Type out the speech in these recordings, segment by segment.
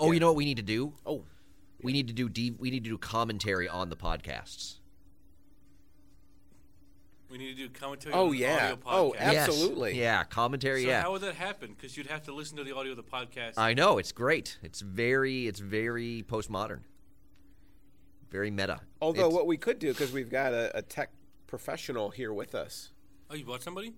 Oh, you know what we need to do? Oh, We need to do D- we need to do commentary on the podcasts. We need to do commentary. Oh, on an yeah. Audio podcast. Oh, ab- Yes. Absolutely. Yeah, commentary. So yeah. Uh, how would that happen? Because you'd have to listen to the audio of the podcast. I know it's great. It's very it's very postmodern. Very meta. Although It's- what we could do, because we've got a, a tech professional here with us. oh, you bought somebody?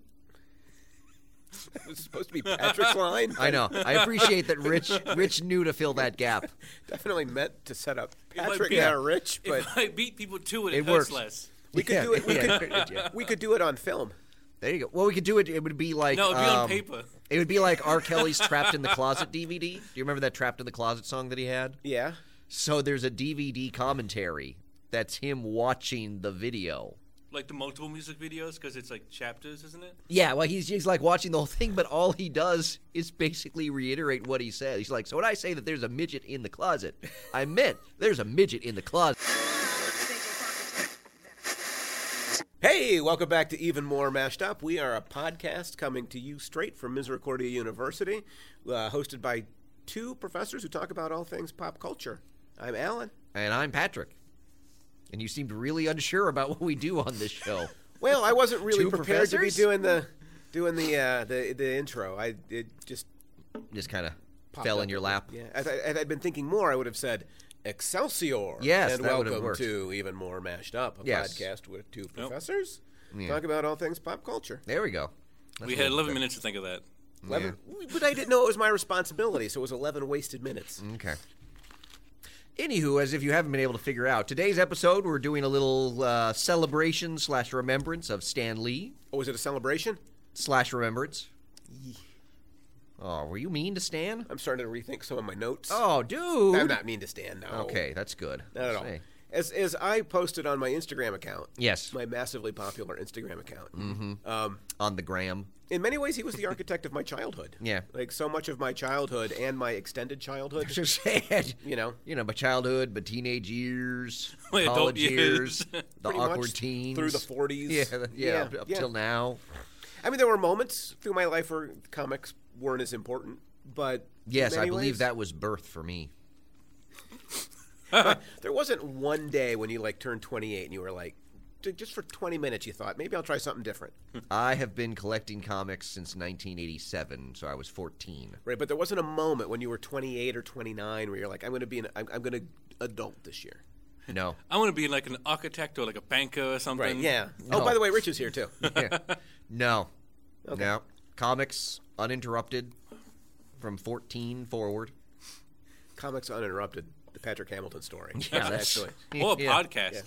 It's supposed to be Patrick's line. I know. I appreciate that Rich Rich knew to fill that gap. Definitely meant to set up might Patrick be- and our Rich, but if I beat people to it, It it, hurts works. less. we could Yeah, do it. We, yeah, could, yeah. we could do it on film. There you go. Well, we could do it. It would be like No, it'd be um, on paper. It would be like R. Kelly's "Trapped in the Closet" DVD. Do you remember that "Trapped in the Closet" song that he had? Yeah. So there's a DVD commentary that's him watching the video. Like the multiple music videos, because it's like chapters, isn't it? Yeah, well, he's, he's like watching the whole thing, but all he does is basically reiterate what he said. He's like, So when I say that there's a midget in the closet, I meant there's a midget in the closet. Hey, welcome back to Even More Mashed Up. We are a podcast coming to you straight from Misericordia University, uh, hosted by two professors who talk about all things pop culture. I'm Alan. And I'm Patrick. And you seemed really unsure about what we do on this show. Well, I wasn't really Two prepared professors? to be doing the doing the uh, the the intro. I it just Just kind of popped fell up. in your lap. Yeah, if, I, if I'd been thinking more, I would have said Excelsior. Yes, and that would have welcome worked. to Even More Mashed Up, a Yes. podcast with two professors talk about all things pop culture. There we go. we had 11 minutes to think of that. Eleven, but I didn't know it was my responsibility, so it was eleven wasted minutes. Okay. Anywho, as if you haven't been able to figure out, today's episode we're doing a little uh, celebration slash remembrance of Stan Lee Oh, was it a celebration? slash remembrance. Oh, were you mean to Stan? I'm starting to rethink some of my notes. Oh, dude. I'm not mean to Stan. No. Okay, that's good. Not at all. Say. As, as I posted on my Instagram account, Yes. my massively popular Instagram account, Mm-hmm. um, On the gram. in many ways, he was the architect of my childhood. Yeah. Like so much of my childhood and my extended childhood. Just said. You know, You know, my childhood, my teenage years, My adult college years, years. the Pretty awkward much teens. through the 40s. Yeah, th- yeah, up, up yeah. till now. I mean, there were moments through my life where comics weren't as important, but in Yes, I many believe ways, that was birth for me. there wasn't one day when you like turned 28 and you were like, "Dude, just for 20 minutes, you thought maybe I'll try something different, I have been collecting comics since 1987, so I was 14. right? But there wasn't a moment when you were 28 or 29 where you're like, I'm going to be an I'm, I'm going to adult this year, No. I want to be like an architect or like a banker or something. right? Yeah. No. Oh, by the way, Rich is here too. Yeah. No. Okay. No. Comics uninterrupted from 14 forward. Comics Uninterrupted, the Patrick Hamilton story. Yeah, that's- actually. Or a Yeah. podcast. Yeah.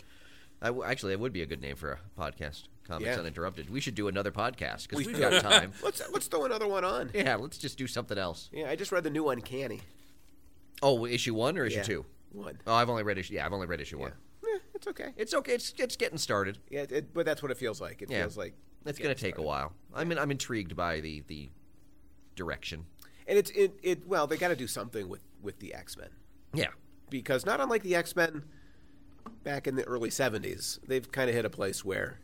I w- actually, that would be a good name for a podcast. Comics Yeah. uninterrupted. We should do another podcast because We we have should. got time. Let's let's throw another one on. yeah, let's just do something else. Yeah, I just read the new Uncanny. Oh, issue one or issue Yeah, two? One. Oh, I've only read issue. Yeah, I've only read issue Yeah. one. Eh, it's okay. It's okay. It's it's getting started. Yeah, it, it- but that's what it feels like. It Yeah. feels like, It's gonna take a while. I'm in, I'm intrigued by the the direction. and it's it, it well, they got to do something with with the X Men Yeah. because not unlike the X Men back in the early '70s, they've kind of hit a place where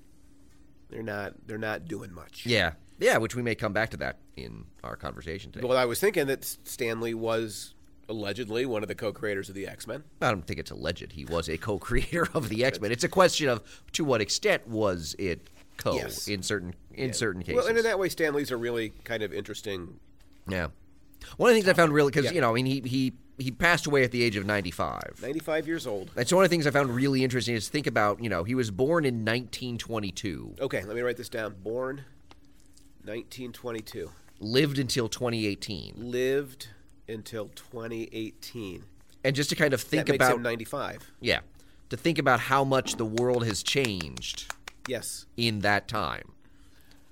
they're not they're not doing much. Yeah. Yeah. Which we may come back to that in our conversation today. Well, I was thinking that Stanley was allegedly one of the co-creators of the X Men. I don't think it's alleged he was a co-creator of the X Men. It's a question of to what extent was it co Yes. in certain in certain cases. Well, and in that way, Stanley's a really kind of interesting. Yeah. One of the things I found really because Yeah. you know, I mean, he he he passed away at the age of ninety five. 95 years old. And so one of the things I found really interesting is think about you know he was born in 1922, Okay, let me write this down. Born 1922. lived until 2018, Lived until 2018. and just to kind of think that makes about him 95. yeah, to think about how much the world has changed Yes. in that time.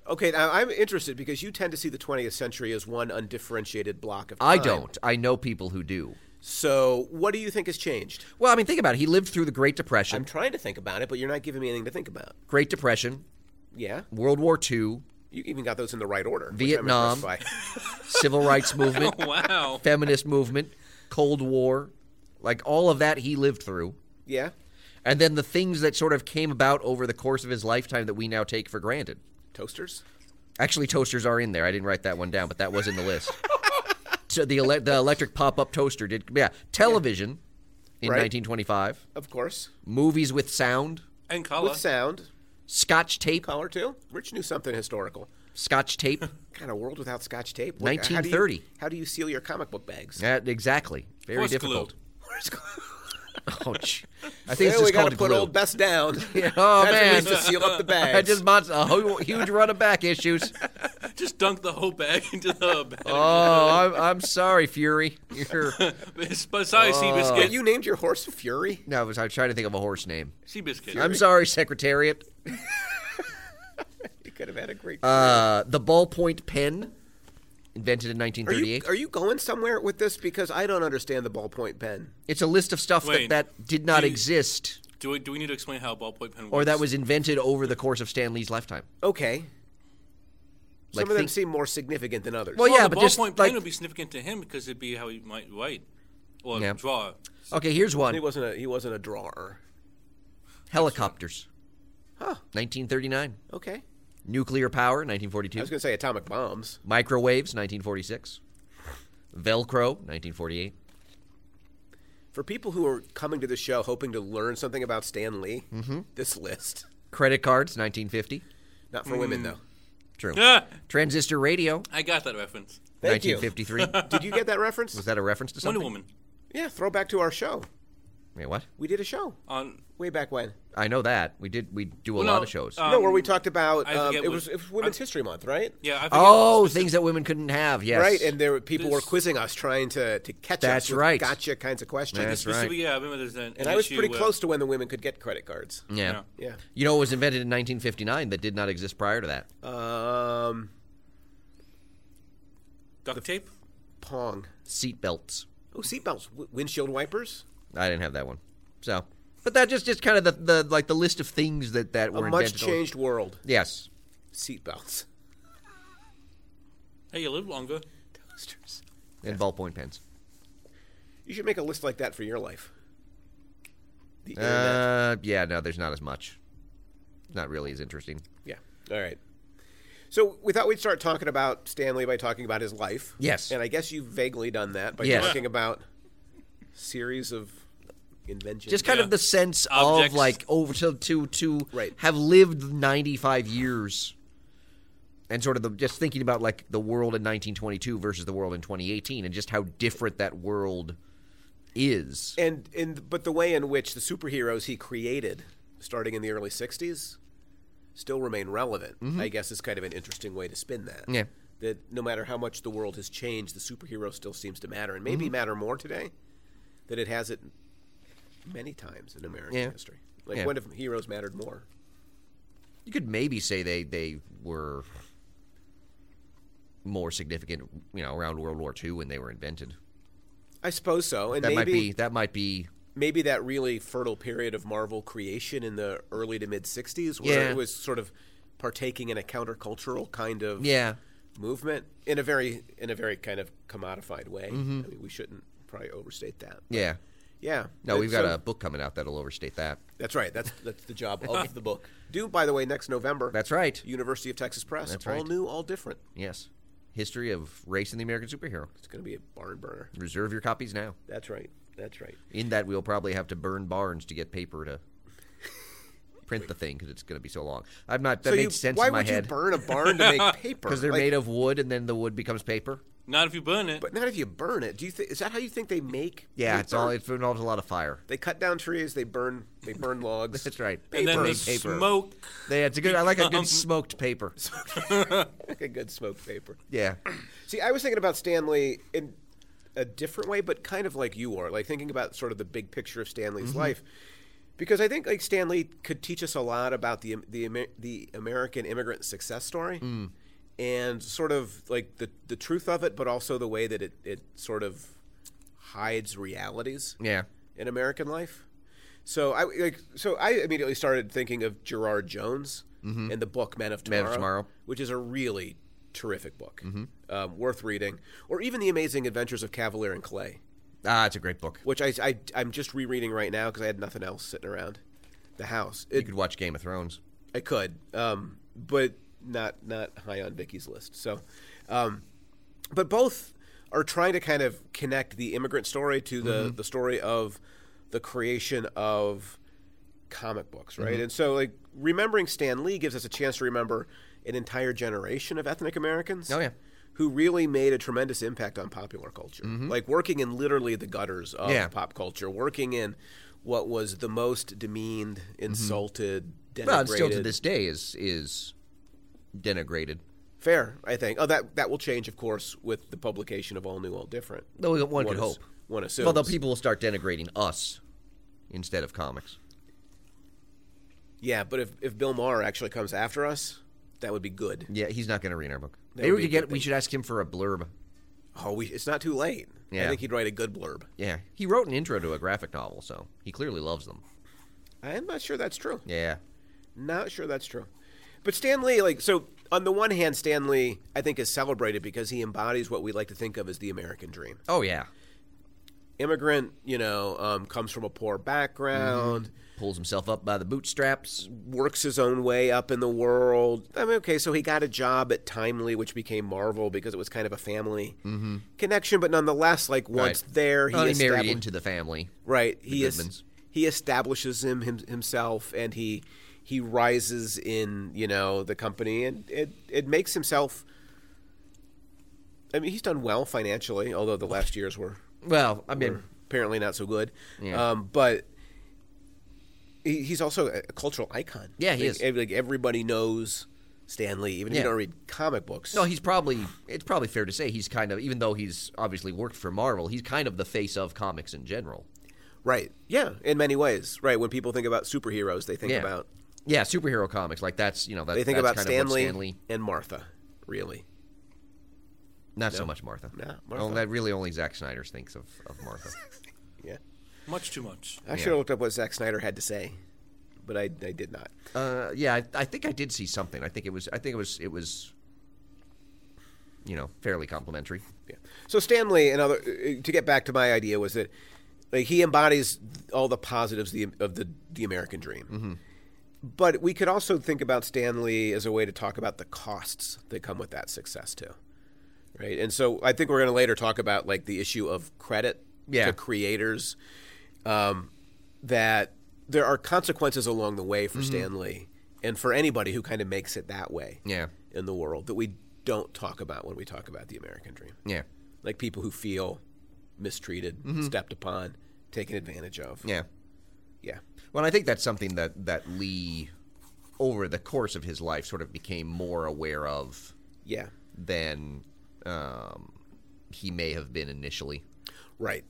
Okay, now I'm interested because you tend to see the 20th century as one undifferentiated block of time. I don't. I know people who do. So, what do you think has changed? Well, I mean, think about it. He lived through the Great Depression. I'm trying to think about it, but you're not giving me anything to think about. Great Depression, Yeah. World War II, You even got those in the right order. which I'm Vietnam. impressed by. Civil Rights Movement, Wow. feminist movement, Cold War, like all of that he lived through. Yeah. And then the things that sort of came about over the course of his lifetime that we now take for granted. Toasters? Actually, toasters are in there. I didn't write that one down, but that was in the list. So the ele- the electric pop up toaster did. Yeah, television in Right. 1925. of course, Movies with sound. And color. with sound. Scotch tape. Collar too. Rich knew something historical. Scotch tape. Kind of world without Scotch tape. 1930. How do, you, how do you seal your comic book bags? Yeah, exactly. Very Horse difficult. glue. Ouch. I think it's we just got called to put glue. old Bess down. oh, man. That's what we used to seal up the bags. I just bought a ho- huge run of back issues. Just dunk the whole bag into the bag. Oh, I'm, I'm sorry, Fury. You're, Besides Yeah, Seabiscuit. you named your horse Fury. no, I was, I was trying to think of a horse name. Seabiscuit. Oh. I'm sorry, Secretariat. You could have had a great. Uh, the ballpoint pen, invented in are you 1938. are you going somewhere with this? Because I don't understand the ballpoint pen. It's a list of stuff Wayne, that, that did not do you- exist Do, we, do we need to explain how a ballpoint pen works? or that was invented over the course of Stan Lee's lifetime. Okay. Some Like, of them think- seem more significant than others. Well, Well, yeah, the but ballpoint just pen like would be significant to him because it'd be how he might write or Yeah. draw. okay, here's he one: wasn't a he wasn't a drawer. helicopters, Huh. 1939, Okay. nuclear power, I was 1942, going to say atomic bombs. microwaves, 1946, Velcro, 1948. For people who are coming to the show hoping to learn something about Stan Lee, Mm-hmm. this list. Credit cards, 1950. Not for Hmm. women though. True. Ah, Transistor radio, I got that reference. Thank you. 1953. Did you get that reference? Was that a reference to Wonder something? Woman. yeah, throwback to our show. Wait, what? We did a show On way back when. I know that we did. We do a Well, lot no, of shows. uh, no, Um, where we talked about I um, forget it, what- was, it was Women's History Month, right? yeah. I forget oh, specific- things that women couldn't have. Yes. Right, and there were, people were This- quizzing us, trying to, to catch That's us with right. gotcha kinds of questions. That's right. specific- Yeah, I remember there's an, an And I was issue uh, pretty where- close to when the women could get credit cards. yeah. Yeah. Yeah. You know, it was invented in 1959 that did not exist prior to that. Um, duct tape. Pong. Seat belts. Oh, seatbelts, w- windshield wipers, I didn't have that one. So, but that just just kind of the, the like the list of things that that a were much invented. changed world. Yes. Seatbelts, Hey, you live longer. toasters. And ballpoint pens. You should make a list like that for your life. The internet. Uh, yeah. No, there's not as much. Not really as interesting. Yeah. All right. So we thought we'd start talking about Stanley by talking about his life. Yes. And I guess you've vaguely done that by Yes. talking about series of inventions. just kind Yeah. of the sense Objects. of like over to to to Right. have lived 95 years and sort of the just thinking about like the world in 1922 versus the world in 2018 and just how different that world is and and but the way in which the superheroes he created starting in the early 60s still remain relevant i guess is kind of an interesting way to spin that Mm-hmm. Yeah. that no matter how much the world has changed the superhero still seems to matter and Mm-hmm. maybe matter more today than it has it many times in american Yeah. history like Yeah. when have heroes mattered more you could maybe say they they were more significant you know around world war ii when they were invented i suppose so and that might maybe be that might be maybe that really fertile period of Marvel creation in the early to mid '60s, where Yeah. it was sort of partaking in a countercultural kind of Yeah. movement in a very in a very kind of commodified way. Mm-hmm. I mean, we shouldn't probably overstate that. yeah Yeah. no But we've got so- a book coming out that'll overstate that That's right. That's that's the job of the book. Due, by the way, next November. That's right. University of Texas Press. That's All right. new, all different. yes history of race in the american superhero It's going to be a barn burner. reserve your copies now That's right. That's right. In that, we'll probably have to burn barns to get paper to print the thing because it's going to be so long. I'm not. That so made you, sense why in my would head you burn a barn to make paper? because they're Like, made of wood, and then the wood becomes paper. Not if you burn it. But not if you burn it. Do you think is that how you think they make? Yeah, it's paper? all. It involves a lot of fire. They cut down trees. They burn. They burn logs. That's right. and then they Papers. Paper. smoke. Yeah, it's a good. I like a good Um, smoked paper. Like a good smoke paper. Yeah, See, I was thinking about Stanley in a different way, but kind of like you are, like thinking about sort of the big picture of Stanley's life, because I think like Stanley could teach us a lot about the the Amer- the American immigrant success story. And sort of like the the truth of it, but also the way that it, it sort of hides realities. yeah. in American life. So I like so I immediately started thinking of Gerard Jones and the book Men of Tomorrow, Men Mm-hmm. of Tomorrow. Mm-hmm. which is a really terrific book, um, worth reading, or even The Amazing Adventures of Cavalier and Clay, Ah, it's a great book. which I, I am just rereading right now because I had nothing else sitting around the house. It, You could watch Game of Thrones. I could, um, but not not high on Vicky's list. So, um, but both are trying to kind of connect the immigrant story to the Mm-hmm. the story of the creation of comic books, right? Mm-hmm. And so like remembering Stan Lee gives us a chance to remember an entire generation of ethnic Americans. Oh, yeah. Who really made a tremendous impact on popular culture. Like working in literally the gutters of Mm-hmm. Yeah. pop culture, working in what was the most demeaned, Mm-hmm. insulted, denigrated. Well, and still to this day is is denigrated. Fair, I think. Oh, that that will change, of course, with the publication of All New, All Different. Though one, could is- hope. One assumes. Although people will start denigrating us instead of comics. yeah, but if, if Bill Maher actually comes after us, that would be good. Yeah, he's not going to read our book. That Maybe would we be could a get. good We thing. should ask him for a blurb. Oh, we, it's not too late. I Yeah. think he'd write a good blurb. Yeah, he wrote an intro to a graphic novel, so he clearly loves them. I'm not sure that's true. Yeah, Not sure that's true. But Stan Lee, like, so on the one hand, Stan Lee, I think, is celebrated because he embodies what we like to think of as the American dream. Oh yeah, Immigrant, you know, um, comes from a poor background. pulls himself up by the bootstraps. works his own way up in the world. I mean, okay, so he got a job at Timely, which became Marvel because it was kind of a family connection, but nonetheless, like once Mm-hmm. Right. there, he, Well, Uh, he established, married into the family. right. He Goodmans. is, he establishes him, him himself, and he he rises in you know the company, and it it makes himself. I mean, he's done well financially, although the last years were Well, I mean, were apparently not so good. Yeah. Um, but he, he's also a a cultural icon. Yeah, he like, is. ev- Like everybody knows Stan Lee, even if Yeah. you don't read comic books. no, he's probably. It's probably fair to say he's kind of, even though he's obviously worked for Marvel, he's kind of the face of comics in general. right. Yeah, in many ways. Right. When people think about superheroes, they think yeah. about yeah, superhero comics like that's you know that, they think that's about kind Stan of what Lee Stan Lee. and Martha. Really. Not so much Martha. No, Martha. Oh, that really only Zack Snyder thinks of, of Martha. Yeah. Much too much. I should have looked up what Zack Snyder had to say, but I, I did not. uh, yeah, I, I think I did see something. I think it was. I think it was. It was. You know, fairly complimentary. Yeah. So Stanley and other uh, to get back to my idea was that like he embodies all the positives the, of the the American dream. Mm-hmm. But we could also think about Stanley as a way to talk about the costs that come with that success too. Right? And so I think we're going to later talk about like the issue of credit Yeah. to creators um, that there are consequences along the way for Mm-hmm. Stanley and for anybody who kind of makes it that way Yeah. in the world that we don't talk about when we talk about the American dream Yeah. like people who feel mistreated, stepped upon, taken advantage of. Mm-hmm. Yeah. Yeah. Well, I think that's something that that Lee, over the course of his life, sort of became more aware of Yeah. than um, he may have been initially. Right.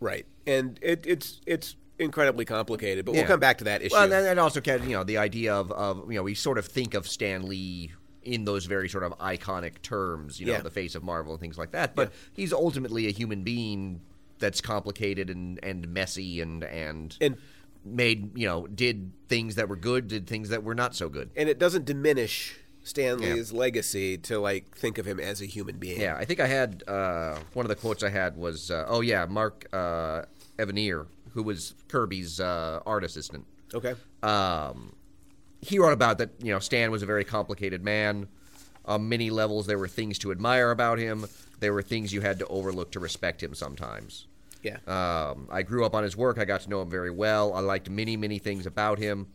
Right. And it, it's it's incredibly complicated, but Yeah. we'll come back to that issue. Well, and then- and also, Ken, you know, the idea of, of you know, we sort of think of Stan Lee in those very sort of iconic terms, you know, Yeah. the face of Marvel and things like that. But he's ultimately a human being that's complicated and, and messy and and and made you know did things that were good, did things that were not so good. and it doesn't diminish Yeah. Stanley's legacy to like think of him as a human being. Yeah, I think I had uh, one of the quotes I had was, uh, "Oh yeah, Mark uh, Evanier, who was Kirby's uh, art assistant, Okay. um, he wrote about that. You know, Stan was a very complicated man. On many levels, there were things to admire about him. There were things you had to overlook to respect him sometimes. Yeah. Um, I grew up on his work. I got to know him very well. I liked many, many things about him.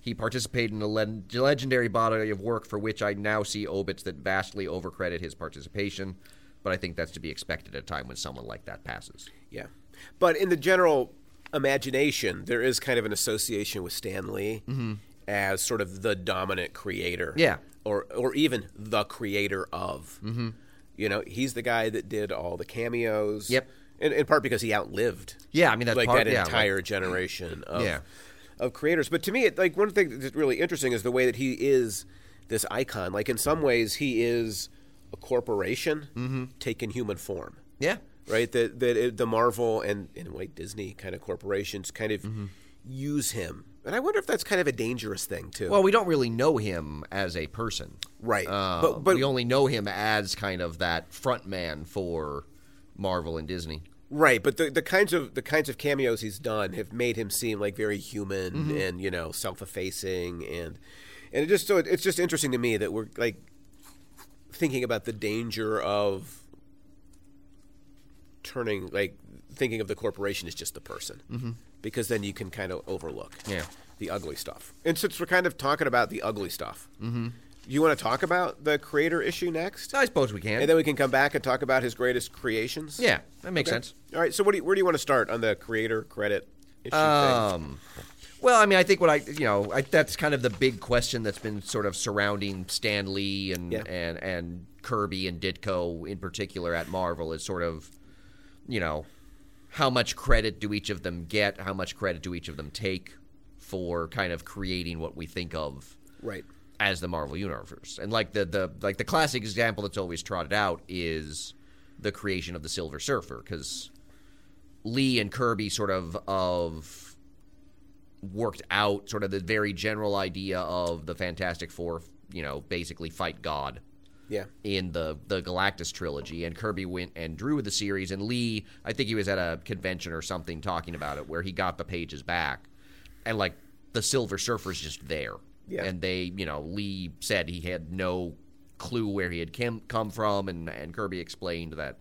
He participated in a le- legendary body of work for which I now see obits that vastly overcredit his participation, but I think that's to be expected at a time when someone like that passes. Yeah. But in the general imagination, there is kind of an association with Stan Lee as sort of the dominant creator. Mm-hmm. Yeah. Or or even the creator of. Mm-hmm. You know, he's the guy that did all the cameos. Yep. In, in part because he outlived. Yeah, I mean, that's like part- that yeah, entire generation of Yeah. of creators. But to me, it, like one thing that's really interesting is the way that he is this icon. Like in some ways, he is a corporation Mm-hmm. taking human form Yeah. right? That that it, the Marvel and in a way Disney kind of corporations kind of Mm-hmm. use him, and I wonder if that's kind of a dangerous thing too. Well, we don't really know him as a person. right, Uh, but but we only know him as kind of that front man for Marvel and Disney. right, but the, the kinds of the kinds of cameos he's done have made him seem like very human and you know self-effacing and and it just so it, it's just interesting to me that we're like thinking about the danger of turning like thinking of the corporation as just the person, mm-hmm. because then you can kind of overlook Yeah. the ugly stuff. And since we're kind of talking about the ugly stuff, mm-hmm. you want to talk about the creator issue next, I suppose we can. and then we can come back and talk about his greatest creations. yeah, that makes Okay. sense. All right. So, what do you, where do you want to start on the creator credit issue thing? Um, well, I mean, I think what I, you know, I, that's kind of the big question that's been sort of surrounding Stan Lee and Yeah. and and Kirby and Ditko in particular at Marvel is sort of, you know, how much credit do each of them get? How much credit do each of them take for kind of creating what we think of Right. as the Marvel universe? And like the the like the classic example that's always trotted out is the creation of the Silver Surfer because Lee and Kirby sort of of worked out sort of the very general idea of the Fantastic Four, you know, basically fight God Yeah. in the the Galactus trilogy, and Kirby went and drew the series, and Lee, I think he was at a convention or something talking about it, where he got the pages back, and like the Silver Surfer's just there, Yeah. and they, you know, Lee said he had no clue where he had came, come from, and and Kirby explained that,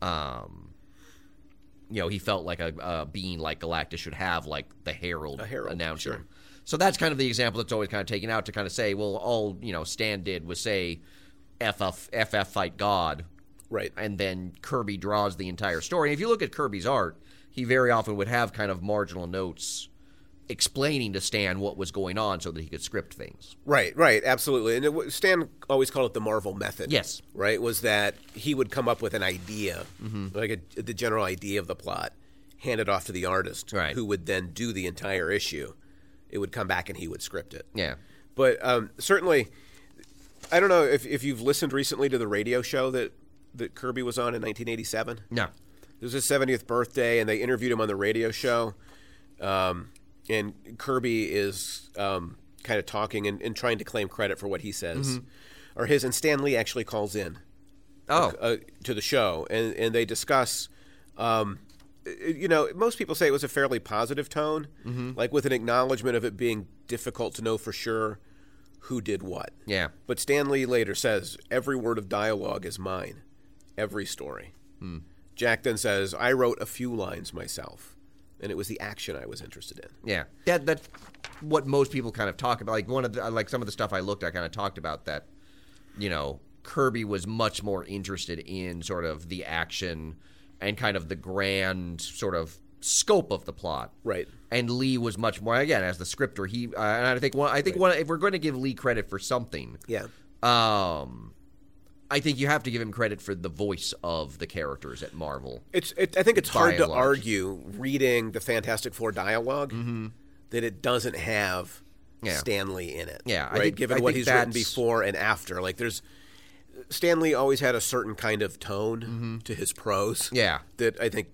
um, you know, he felt like a, a being like Galactus should have, like the herald, A herald, announcer. sure. So that's kind of the example that's always kind of taken out to kind of say, well, all you know, Stan did was say, "FF, FF fight God," Right. and then Kirby draws the entire story. If you look at Kirby's art, he very often would have kind of marginal notes explaining to Stan what was going on so that he could script things. Right, right, absolutely. And it, wa- Stan always called it the Marvel method. Yes. Right, was that he would come up with an idea, Mm-hmm. like a, the general idea of the plot, hand it off to the artist, Right. who would then do the entire issue. It would come back and he would script it. Yeah, But um, certainly, I don't know if, if you've listened recently to the radio show that, that Kirby was on in 1987. no, It was his 70th birthday, and they interviewed him on the radio show. Um, and Kirby is um, kind of talking and, and trying to claim credit for what he says, or his. And Stan Lee actually calls in oh, uh, to the show, and, and they discuss. Um, i- you know, most people say it was a fairly positive tone, like with an acknowledgement of it being difficult to know for sure who did what. yeah, But Stanley later says, every word of dialogue is mine, every story. Hmm. Jack then says, I wrote a few lines myself, and it was the action I was interested in. yeah. That that's what most people kind of talk about. Like one of the like some of the stuff I looked at kind of talked about that. You know, Kirby was much more interested in sort of the action and kind of the grand sort of scope of the plot, Right. and Lee was much more again as the scripter. He uh, and I think one. I think one. If we're going to give Lee credit for something, Yeah. um, I think you have to give him credit for the voice of the characters at Marvel. It's. It, I think it's By hard and to large. argue reading the Fantastic Four dialog that it doesn't have Mm-hmm. Yeah. Stanley in it. Yeah, I right. think- Given I what think he's written that's- before and after, like there's Stanley always had a certain kind of tone to his prose. Mm-hmm. Yeah. That I think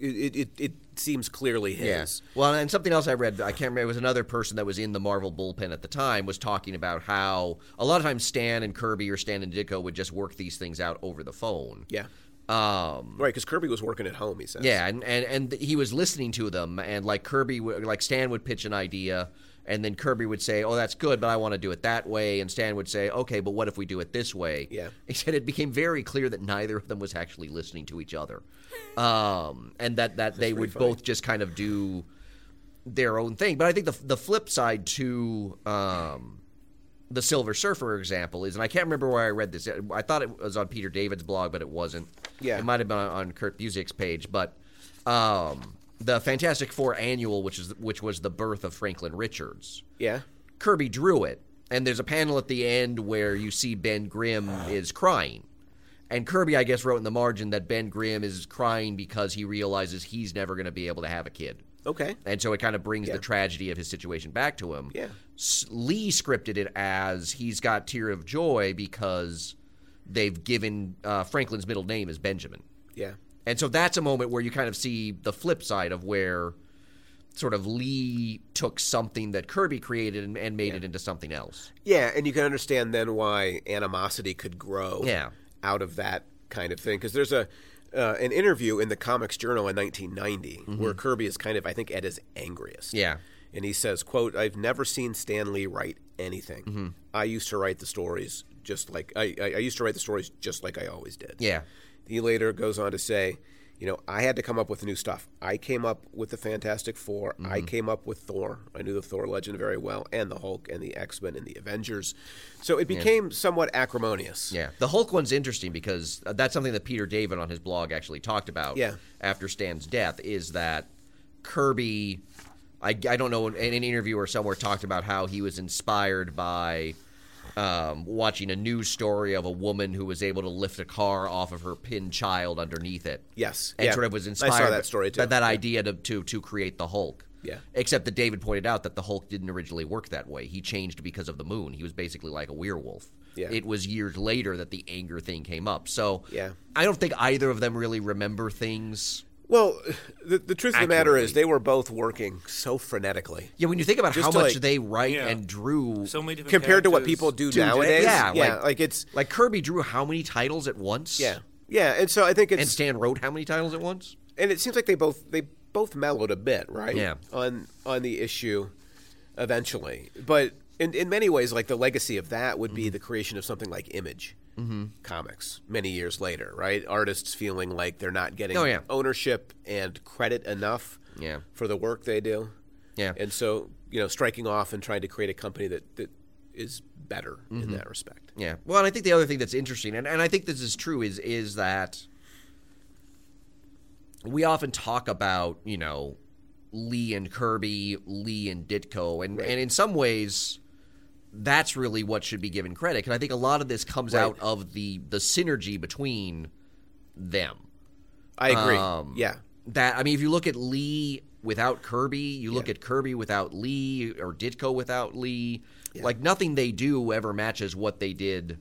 it it, it, it seems clearly his. Yeah. Well, and something else I read, I can't remember, it was another person that was in the Marvel bullpen at the time was talking about how a lot of times Stan and Kirby or Stan and Ditko would just work these things out over the phone. Yeah. Um, Right, because Kirby was working at home, he says. yeah, and, and and he was listening to them, and like Kirby, would- like Stan would pitch an idea, and then Kirby would say, "Oh, that's good, but I want to do it that way," and Stan would say, "Okay, but what if we do it this way?" Yeah. he said it became very clear that neither of them was actually listening to each other, um, and that that they would both just kind of do their own thing. But I think the the flip side to um, the Silver Surfer example is, and I can't remember where I read this. I thought it was on Peter David's blog, but it wasn't. Yeah. it might have been on, on Kurt Busiek's page. But um, the Fantastic Four annual, which is which was the birth of Franklin Richards, Yeah. Kirby drew it, and there's a panel at the end where you see Ben Grimm is crying. And Kirby, I guess, wrote in the margin that Ben Grimm is crying because he realizes he's never going to be able to have a kid. Okay. And so it kind of brings the tragedy of his situation back to him. Yeah. S- Lee scripted it as he's got tear of joy because they've given uh, Franklin's middle name is Benjamin. Yeah. And so that's a moment where you kind of see the flip side of where sort of Lee took something that Kirby created and, and made it into something else. Yeah, and you can understand then why animosity could grow Yeah. out of that kind of thing. Because there's a uh, an interview in the Comics Journal in 1990 where Kirby is kind of, I think, at his angriest. Yeah. And he says, quote, I've never seen Stan Lee write anything. I used to write the stories just like, I, I I used to write the stories just like I always did. Yeah. He later goes on to say, you know, I had to come up with new stuff. I came up with the Fantastic 4 Mm-hmm. I came up with Thor. I knew the Thor legend very well, and the Hulk, and the X Men, and the Avengers. So it became somewhat acrimonious. Yeah, the Hulk one's interesting because uh, that's something that Peter David on his blog actually talked about. Yeah. after Stan's death, is that Kirby? I, I don't know in an interview or somewhere talked about how he was inspired by um, watching a news story of a woman who was able to lift a car off of her pinned child underneath it. Yes, and yeah. sort of was I saw inspired that story, too. by that idea to, to to create the Hulk. Yeah. Except that David pointed out that the Hulk didn't originally work that way. He changed because of the moon. He was basically like a werewolf. Yeah. It was years later that the anger thing came up. So Yeah. I don't think either of them really remember things. Well, the, the truth of the matter is, they were both working so frenetically. Yeah, when you think about Just how to, much like- they write Yeah. and drew, So many different Compared to what characters. people do Dude, nowadays, yeah, yeah, like- like it's like Kirby drew how many titles at once? Yeah, yeah, and so I think it's And Stan wrote how many titles at once? and it seems like they both they both mellowed a bit, right? Yeah. On on the issue, eventually, but in in many ways, like the legacy of that would be Mm-hmm. the creation of something like Image comics many years later, right? Artists feeling like they're not getting Oh, yeah. ownership and credit enough Yeah. for the work they do, Yeah. and so you know, striking off and trying to create a company that that is better Mm-hmm. in that respect. Yeah. Well, and I think the other thing that's interesting, and, and I think this is true, is is that we often talk about, you know, Lee and Kirby, Lee and Ditko, and, and in some ways that's really what should be given credit. And I think a lot of this comes Right. out of the the synergy between them. I agree. Um, yeah. That I mean, if you look at Lee without Kirby, you look at Kirby without Lee or Ditko without Lee. Like nothing they do ever matches what they did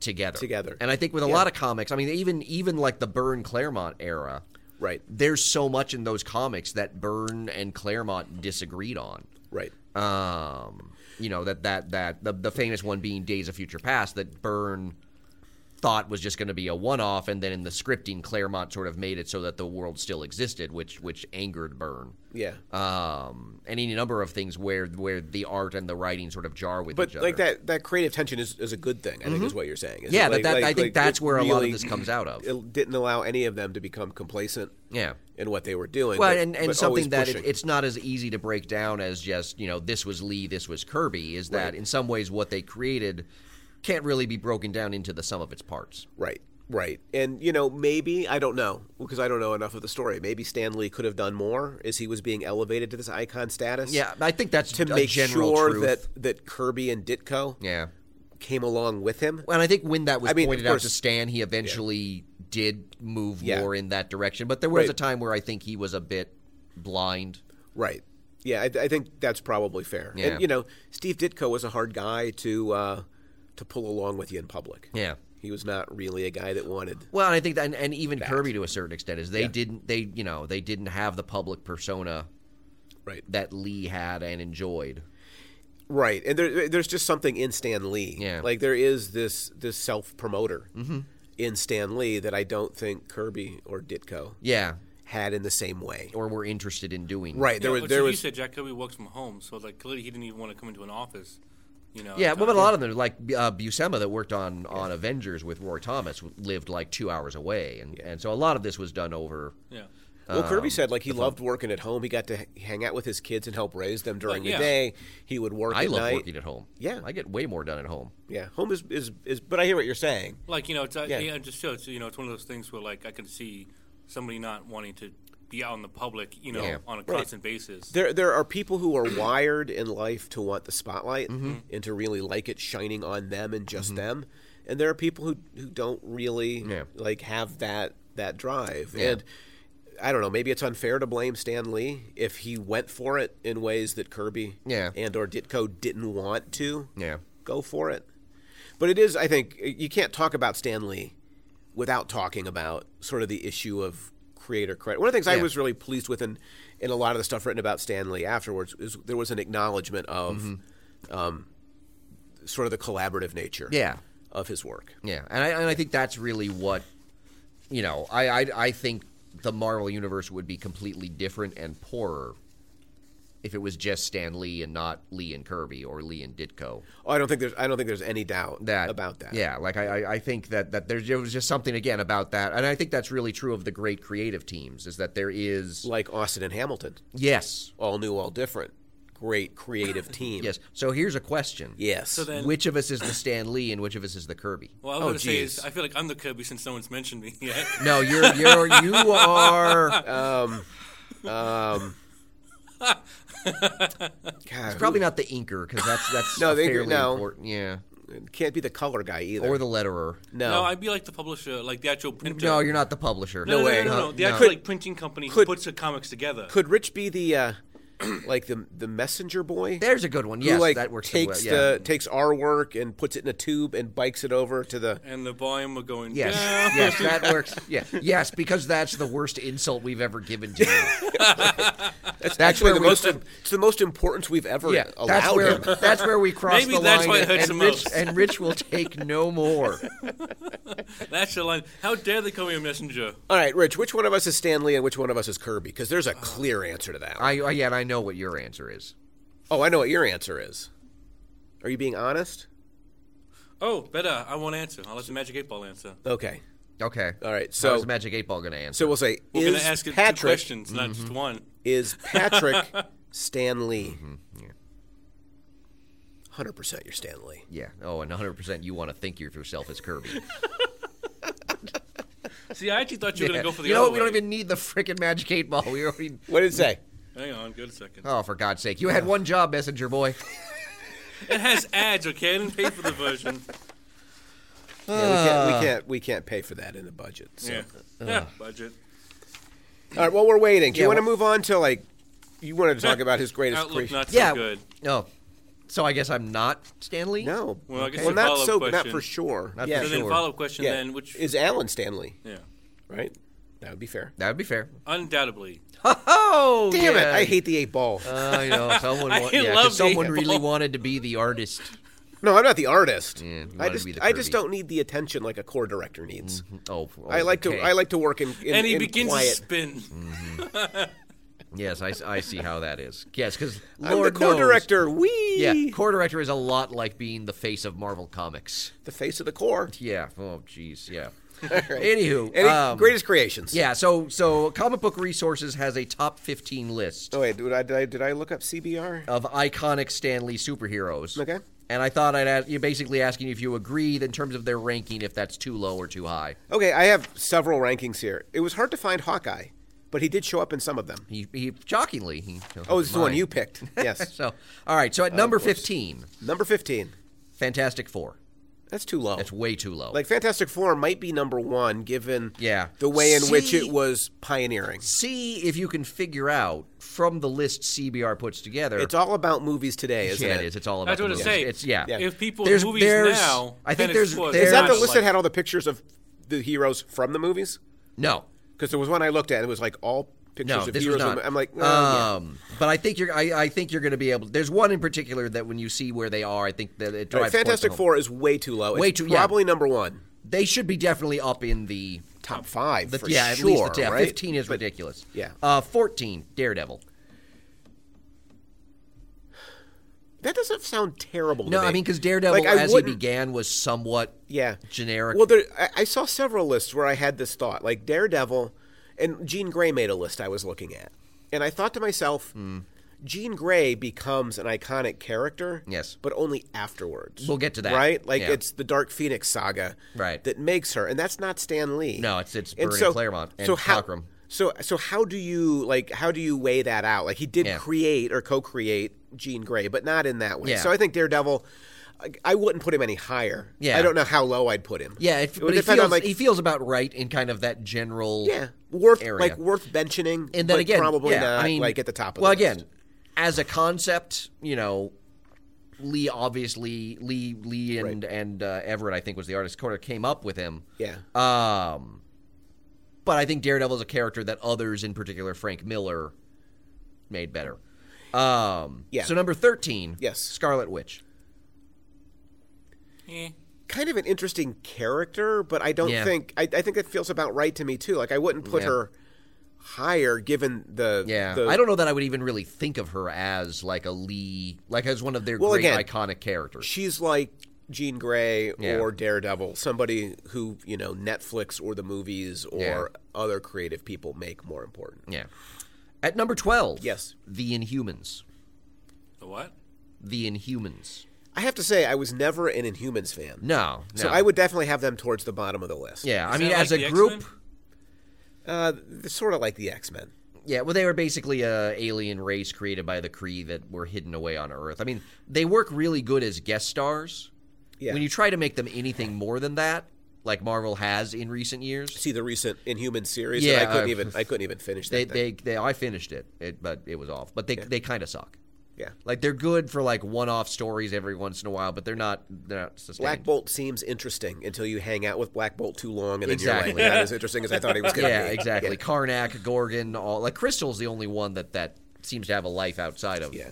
together. Together. and I think with a lot of comics, I mean, even even like the Byrne Claremont era, Right. there's so much in those comics that Byrne and Claremont disagreed on. Right. Um, you know that that that the, the famous one being Days of Future Past that Byrne thought was just going to be a one-off, and then in the scripting, Claremont sort of made it so that the world still existed, which which angered Byrne. Yeah. Um, and any number of things where where the art and the writing sort of jar with But each other. Mm-hmm. like that, that creative tension is, is a good thing. I think is what you're saying. Is yeah. it like- that, that, like- I think like, that's it where a lot really- of this comes out of. It didn't allow any of them to become complacent yeah. in what they were doing. Well, but- and, and but always something that it, pushing. it's not as easy to break down as just, you know, this was Lee, this was Kirby, is that Right. in some ways what they created can't really be broken down into the sum of its parts. right, right, and you know maybe I don't know because I don't know enough of the story. Maybe Stanley could have done more as he was being elevated to this icon status. Yeah, I think that's to a make general sure truth. that that Kirby and Ditko Yeah. came along with him. Well, and I think when that was I mean, of pointed out to course- Stan, he eventually did move Yeah. more in that direction. But there was Right. a time where I think he was a bit blind. Right. Yeah, I, I think that's probably fair. Yeah. And you know, Steve Ditko was a hard guy to uh, to pull along with you in public. Yeah. He was not really a guy that wanted. Well, and I think that, and, and even Kirby to a certain extent is they didn't they you know they didn't have the public persona Right. that Lee had and enjoyed. Right. And there, there's just something in Stan Lee. Yeah. Mm-hmm. Like there is this this self promoter in Stan Lee that I don't think Kirby or Ditko Yeah, had in the same way. or were interested in doing. Right. There Yeah, was but there so was you said Jack Kirby works from home, so like clearly he didn't even want to come into an office. You know. Yeah, at well, the but a lot of them, like uh, Buscema, that worked on, on Avengers with Roy Thomas, lived like two hours away, and, and so a lot of this was done over. time. Yeah. Um, Well, Kirby said like he loved working at home. He got to h- hang out with his kids and help raise them during yeah. the day. He would work I at love night. working at home. Yeah. I get way more done at home. Yeah, home is, is is. But I hear what you're saying. Like you know, it's uh, Yeah. yeah. it just shows. You know, it's one of those things where like I can see somebody not wanting to be out in the public. You know, Yeah. on a Right. constant basis. There, there are people who are wired in life to want the spotlight Mm-hmm. and to really like it shining on them and just them, and there are people who who don't really Yeah. like have that that drive. Yeah. And I don't know. Maybe it's unfair to blame Stan Lee if he went for it in ways that Kirby Yeah. and or Ditko didn't want to. Yeah. go for it. But it is, I think, you can't talk about Stan Lee without talking about sort of the issue of creator credit. One of the things I Yeah. was really pleased with in, in a lot of the stuff written about Stan Lee afterwards is there was an acknowledgement of um, sort of the collaborative nature Mm-hmm. Yeah. of his work. Yeah, and I and I think that's really what you know. I I, I think the Marvel universe would be completely different and poorer if it was just Stan Lee and not Lee and Kirby or Lee and Ditko. Oh, I don't think there's I don't think there's any doubt That about that. Yeah, like I, I- I think that that there's there was just something again about that, and I think that's really true of the great creative teams is that there is Like Austin and Hamilton, yes, all new, all different, great creative team. yes. So here's a question: Yes. So then, which of us is the Stan Lee and which of us is the Kirby? well, I'm oh, gonna say is geez. I feel like I'm the Kirby since no one's mentioned me yet. No, you're you're you are um, um, God, probably not the inker because that's that's No, a the inker- fairly no. important. Yeah, can't be the color guy either. or the letterer. no, No, I'd be like the publisher, like the actual printer. No, you're not the publisher. No, no, way. No, no, no. The No. actual like printing company who Could- puts the comics together. could Rich be the uh, like the the messenger boy? There's a good one. who Yes, like that works as takes well. Yeah. the takes our work and puts it in a tube and bikes it over to the and the volume were going Yes, down. yes, that works. Yeah, yes, because that's the worst insult we've ever given to you. That's, where actually the we- most im- it's the most importance we've ever Yeah, allowed that's where him. that's where we cross Maybe the that's line. why it and, hurts the Rich, most. and Rich will take no more. That's the line. How dare they call me a messenger? All right, Rich, which one of us is Stanley and which one of us is Kirby? Because there's a clear answer to that. I I- yeah, and I know what your answer is. oh, I know what your answer is. Are you being honest? Oh, better. I won't answer. I'll let the Magic 8 Ball answer. Okay. Okay, All right. How So is Magic Eight Ball going to answer? so we'll say We're is going to ask it two Patrick questions, not just one. is Patrick Stanley? Mm-hmm, Hundred percent, you're Stanley. yeah. Oh, and 100 percent you want to think of yourself as Kirby. See, I actually thought you were Yeah. going to go for the you know other what? We don't way. even need the frickin' Magic Eight Ball. We already. What did it say? Hang on, good second. Oh, for God's sake! You had one job, messenger boy. It has ads, okay? I didn't pay for the version. Yeah, Uh. we, can't, we can't we can't pay for that in the budget. So. Yeah. yeah. Budget. All right, while we're waiting, do you Yeah, want to well- move on to like you wanted to talk about his greatest Outlook creation? not so yeah. good. Oh, so I guess I'm not Stanley. No. Well, I guess well the not follow-up so not question- for sure. Not yeah. for So then sure. follow-up question Yeah. then, which... is Alan Stanley, yeah. right? That would be fair. that would be fair. Undoubtedly. Oh, Damn it! yeah. I hate the eight ball. Uh, you know, someone. I wa- yeah, 'cause love the someone eight really ball. wanted to be the artist. no, I'm not the artist. you I wanted to just be the I just Kirby. don't need the attention like a core director needs. Oh, oh, I like okay. to I like to work in, in and he in begins quiet. to spin. Yes, I, I see how that is. Yes, because I'm Lord the core knows- director. Wee. Yeah, core director is a lot like being the face of Marvel Comics. the face of the core. Yeah. Oh, jeez. Yeah. Anywho, Any um, greatest creations? Yeah. So so comic book resources has a top fifteen list Oh wait, did I, did I did I look up CBR? of iconic Stanley superheroes. Okay. And I thought I'd ask you basically asking if you agreed in terms of their ranking if that's too low or too high. Okay, I have several rankings here. It was hard to find Hawkeye, but he did show up in some of them. He, he shockingly he Oh, this is the one mine. you picked. Yes. So all right. So at number fifteen, number 15. Fantastic Four. That's too low. That's way too low. like Fantastic Four might be number 1 given Yeah. the way in which See- it was pioneering. see if you can figure out from the list CBR puts together. It's all about movies today, isn't yeah, it? it is. It's all about. That's the what I movies. say. It's yeah. Yeah. If people There's- movies there's- now... I think then there's- it's worse. there's- Is that the Not list like- that had all the pictures of the heroes from the movies? No. Cuz there was one I looked at and it was like all pictures No, of this was heroes. not. from- I'm like, oh, yeah. um, but I think you're. I, I think you're going to be able. There's one in particular that when you see where they are, I think that it drives. All right, points Fantastic home. Four is way too low. Way it's too- yeah. probably number 1. They should be definitely up in the Top 5 The, for yeah, sure, at least the yeah, right? fifteen is ridiculous. yeah. uh, fourteen Daredevil. That doesn't sound terrible. to No, me. I mean because Daredevil, Like, I as he wouldn't- began, was somewhat yeah, generic. Well, there, I, I saw several lists where I had this thought, like Daredevil, and Jean Grey made a list I was looking at, and I thought to myself, Jean Grey becomes an iconic character, Yes. but only afterwards. We'll get to that. right? Like Yeah. it's the Dark Phoenix saga, Right. That makes her, and that's not Stan Lee. No, it's- it's And Bernie Claremont and so how, Cockrum. So so how do you like how do you weigh that out? Like he did Yeah. create or co-create Jean Grey, but not in that way. Yeah. So I think Daredevil. I- I wouldn't put him any higher. Yeah. I don't know how low I'd put him. yeah, it, it would but he depend feels, on like he feels about right in kind of that general. yeah, worth area. like worth mentioning. and then but again, probably yeah, not I mean, like at the top. of Well, the list. again, as a concept, you know, Lee obviously Lee Lee and and uh, Everett, I think, was the artist. Corner came up with him. yeah, Um, but I think Daredevil is a character that others, in particular Frank Miller, made better. Um, Yeah. So number thirteen, Yes. Scarlet Witch. Eh. kind of an interesting character, but I don't Yeah. think I, I think that feels about right to me too. Like I wouldn't put Yeah. her higher given the Yeah, the- I don't know that I would even really think of her as like a Lee, like as one of their Well, great again, iconic characters. she's like Jean Grey Yeah. or Daredevil, somebody who you know Netflix or the movies or Yeah. other creative people make more important. Yeah. At number twelve, Yes. the Inhumans. The what? The Inhumans. I have to say, I was never an Inhumans fan, No, so no. I would definitely have them towards the bottom of the list. Yeah, I Is mean, that as like a the group. X-Men? uh, they're sort of like the X Men. Yeah, well, they were basically a alien race created by the Kree that were hidden away on Earth. I mean, they work really good as guest stars. Yeah. When you try to make them anything more than that, like Marvel has in recent years, See the recent Inhuman series? Yeah, and I couldn't uh, even I couldn't even finish that. they thing. they, they I finished it, it, but it was off. But they they kind of suck. yeah. Like they're good for like one-off stories every once in a while, but they're not they're not sustained. Black Bolt seems interesting until you hang out with Black Bolt too long, and Exactly. then you're like, not as interesting as I thought he was going to yeah, be. exactly. Karnak, Gorgon, all like Crystal's the only one that that seems to have a life outside of. Yeah.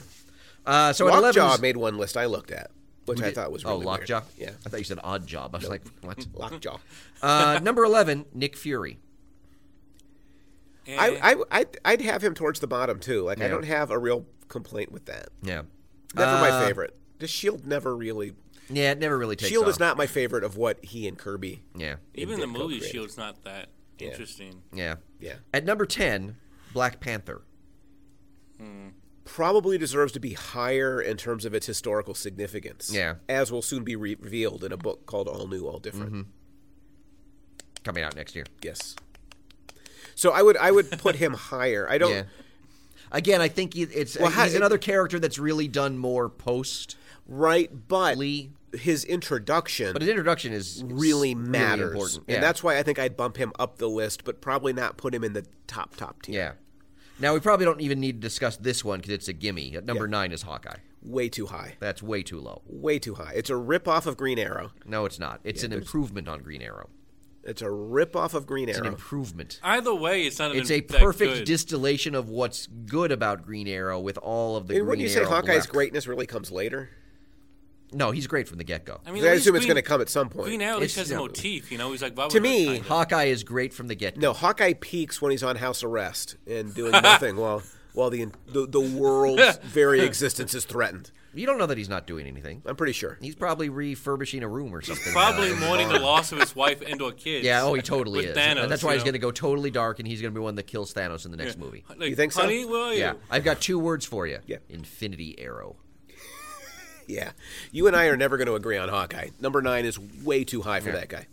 Uh, so at Lockjaw 11's made one list I looked at, which I thought was really oh Lockjaw. Weird. I Yeah, thought you said Odd Job. I was like, what? Lockjaw. Uh, number eleven, Nick Fury. Eh, I, I, I'd, I'd have him towards the bottom too. Like Yeah. I don't have a real complaint with that. Yeah, Never my Uh, favorite. The Shield E never really. Yeah, it never really takes. Shield off. E is not my favorite of what he and Kirby. Yeah, even the did movie co-create. Shield's not that Yeah. interesting. yeah. Yeah, At number ten, Black Panther. probably deserves to be higher in terms of its historical significance. Yeah. as will soon be re- revealed in a book called All New, All Different. Mm-hmm. Coming out next year. Yes. So I would I would put him higher. I don't. Yeah. Again, I think he- it's Oh. Well, how- he's another character that's really done more post Right, but Lee, his introduction but his introduction is really really matters, important. Yeah. and that's why I think I'd bump him up the list, but probably not put him in the top top tier. yeah. Now we probably don't even need to discuss this one because it's a gimme. At number nine is Hawkeye. Way too high. That's way too low. Way too high. It's a rip off of Green Arrow. No, it's not. It's an improvement on Green Arrow. It's a rip off of Green It's an Arrow. improvement. Either way, it's not. It's even a that perfect good. distillation of what's good about Green Arrow with all of the. and Green wouldn't you say Arrow Hawkeye's left. greatness really comes later? No, he's great from the get go. I mean, I at least assume it's Green- going to come at some point. Green Arrow at least It's- has a no. motif. You know, he's like Bob To Woodward, me- kind of. Hawkeye is great from the get go. No, Hawkeye peaks when he's on house arrest and doing nothing while while the the, the world's very existence is threatened. You don't know that he's not doing anything. I'm pretty sure. He's probably refurbishing a room or something. probably Uh, mourning the loss of his wife and/or kids. Yeah, oh, he totally With is. Thanos, and that's why you he's know? going to go totally dark and he's going to be one that kills Thanos in the next movie. Like, You think so? Honey, will you? Yeah. I've got two words for you Yeah. Infinity Arrow. Yeah, you and I are never going to agree on Hawkeye. Number nine is way too high for that guy.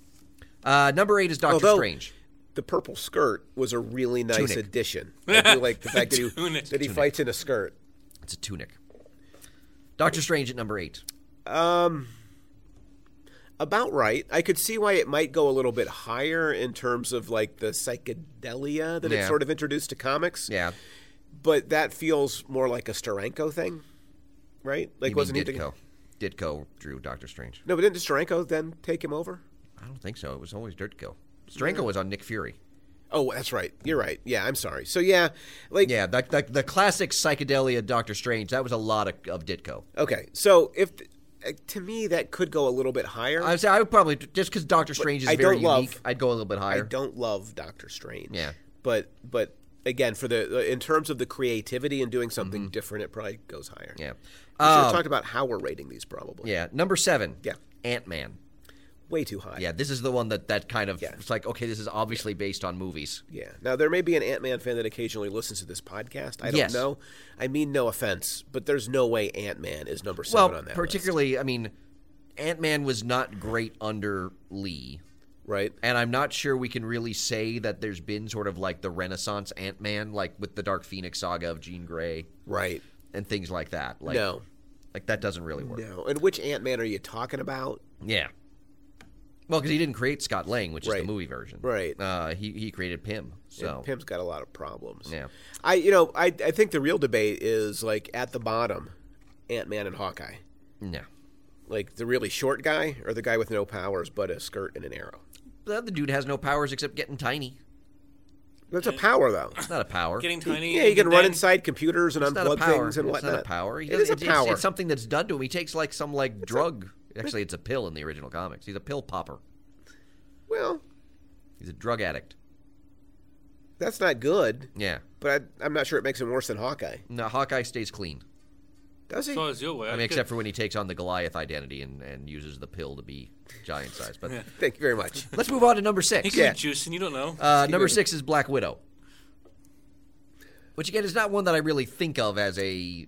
Uh, number eight is Doctor Although- Strange. The purple skirt was a really nice Tunic. addition. I do like the fact that he, Tunic. that he fights in a skirt. It's a tunic. Doctor Strange at number eight. About right. I could see why it might go a little bit higher in terms of like the psychedelia that Yeah. it sort of introduced to comics. Yeah. But that feels more like a Steranko thing, right? Like You mean wasn't he? the- Ditko. Ditko drew Doctor Strange. No, but didn't Steranko then take him over? I don't think so. It was always Ditko. Stranko was on Nick Fury. Oh, that's right. You're right. Yeah, I'm sorry. So yeah, like Yeah, the, the, the classic psychedelia Doctor Strange, that was a lot of, of Ditko. okay. So if uh, to me that could go a little bit higher. I would say I would probably, just because Doctor Strange is I very don't love- unique, I'd go a little bit I higher. don't love Doctor Strange. Yeah. But but again, for the uh, in terms of the creativity and doing something different, it probably goes higher. Mm-hmm. Yeah. We should have Um, talked about how we're rating these probably. Yeah. Number seven. Yeah. Ant Man. Way too high. Yeah, this is the one that that kind of Yeah. it's like okay, this is obviously based on movies. Yeah. Now there may be an Ant Man fan that occasionally listens to this podcast. I don't Yes. know. I mean no offense, but there's no way Ant Man is number seven Well, on that. particularly, I mean, Ant Man was not great under Lee, list, right? and I'm not sure we can really say that there's been sort of like the Renaissance Ant Man, like with the Dark Phoenix saga of Jean Grey Right. and things like that. Like, No. like that doesn't really work. No. And which Ant Man are you talking about? Yeah. Well, because he didn't create Scott Lang, which is Right. the movie version. Right. Uh, he he created Pym. So Pim's got a lot of problems. Yeah. I you know, I I think the real debate is like at the bottom, Ant Man and Hawkeye. no, Like the really short guy or the guy with no powers but a skirt and an arrow. the other dude has no powers except getting tiny. That's a power though. It's not a power. Getting tiny. Yeah, you can and run then- inside computers and It's not a unplug power. things and it's whatnot. not a power. He It is doesn't- a it's- power. It's, something that's done to him. He takes like some like drug. Actually, it's a pill in the original comics. He's a pill popper. Well, He's a drug addict. That's not good, Yeah. but I, I'm not sure it makes him worse than Hawkeye. No, Hawkeye stays clean. Does he? So is Yogwe. I mean, except for when he takes on the Goliath identity and, and uses the pill to be giant size. But Thank you very much. let's move on to number he six. could yeah. be juicing. You don't know. Uh, number six is Black Widow, which again is not one that I really think of as a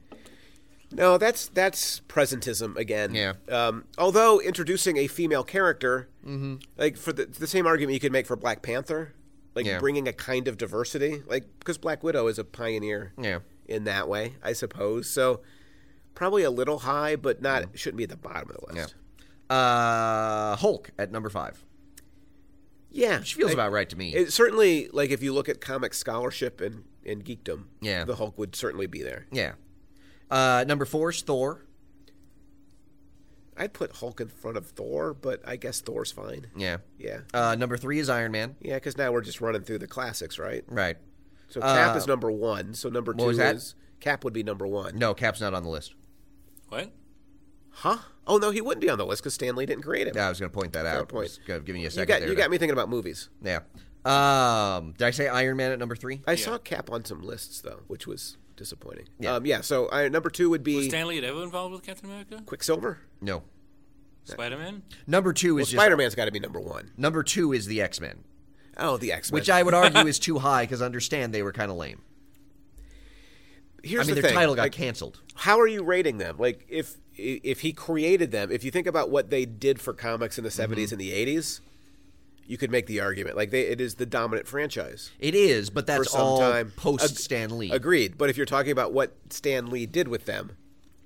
No, that's that's presentism again. Yeah. Um, although introducing a female character, Mm-hmm. like for the, the same argument you could make for Black Panther, like Yeah. bringing a kind of diversity, like because Black Widow is a pioneer yeah. in that way, I suppose. So probably a little high, but not Mm. shouldn't be at the bottom of the list. Uh, Hulk at number five, Yeah, which feels I- about right to me. It certainly, like if you look at comic scholarship and and geekdom, Yeah. the Hulk would certainly be there. yeah. Uh, number four is Thor. I'd put Hulk in front of Thor, but I guess Thor's fine. Yeah. Yeah. Uh, number three is Iron Man. Yeah, because now we're just running through the classics, right? Right. So Cap Uh, is number one. So number two was that? is Cap would be number one. No, Cap's not on the list. what? Huh? Oh no, he wouldn't be on the list because Stanley didn't create him. Yeah, I was going to point that out. point. Just gonna- Give me a you second got there. you to- got me thinking about movies. Yeah. Um, did I say Iron Man at number three? I saw Cap on some lists though, which was disappointing. Yeah. Um, yeah. So I, number two would be Stanley ever involved with Captain America? Quicksilver. No. Spider Man? Number two Well, is just Spider Man's got to be number one. number two is the X Men, Oh, the X Men. which I would argue is too high because understand they were kind of lame. here's I mean, the their thing. title got Like, canceled. how are you rating them? Like if if he created them, if you think about what they did for comics in the 70s Mm-hmm. and the eighties, you could make the argument like they it is the dominant franchise. It is, but for that's some all time. post Ag- Stan Lee. Agreed. But if you're talking about what Stan Lee did with them,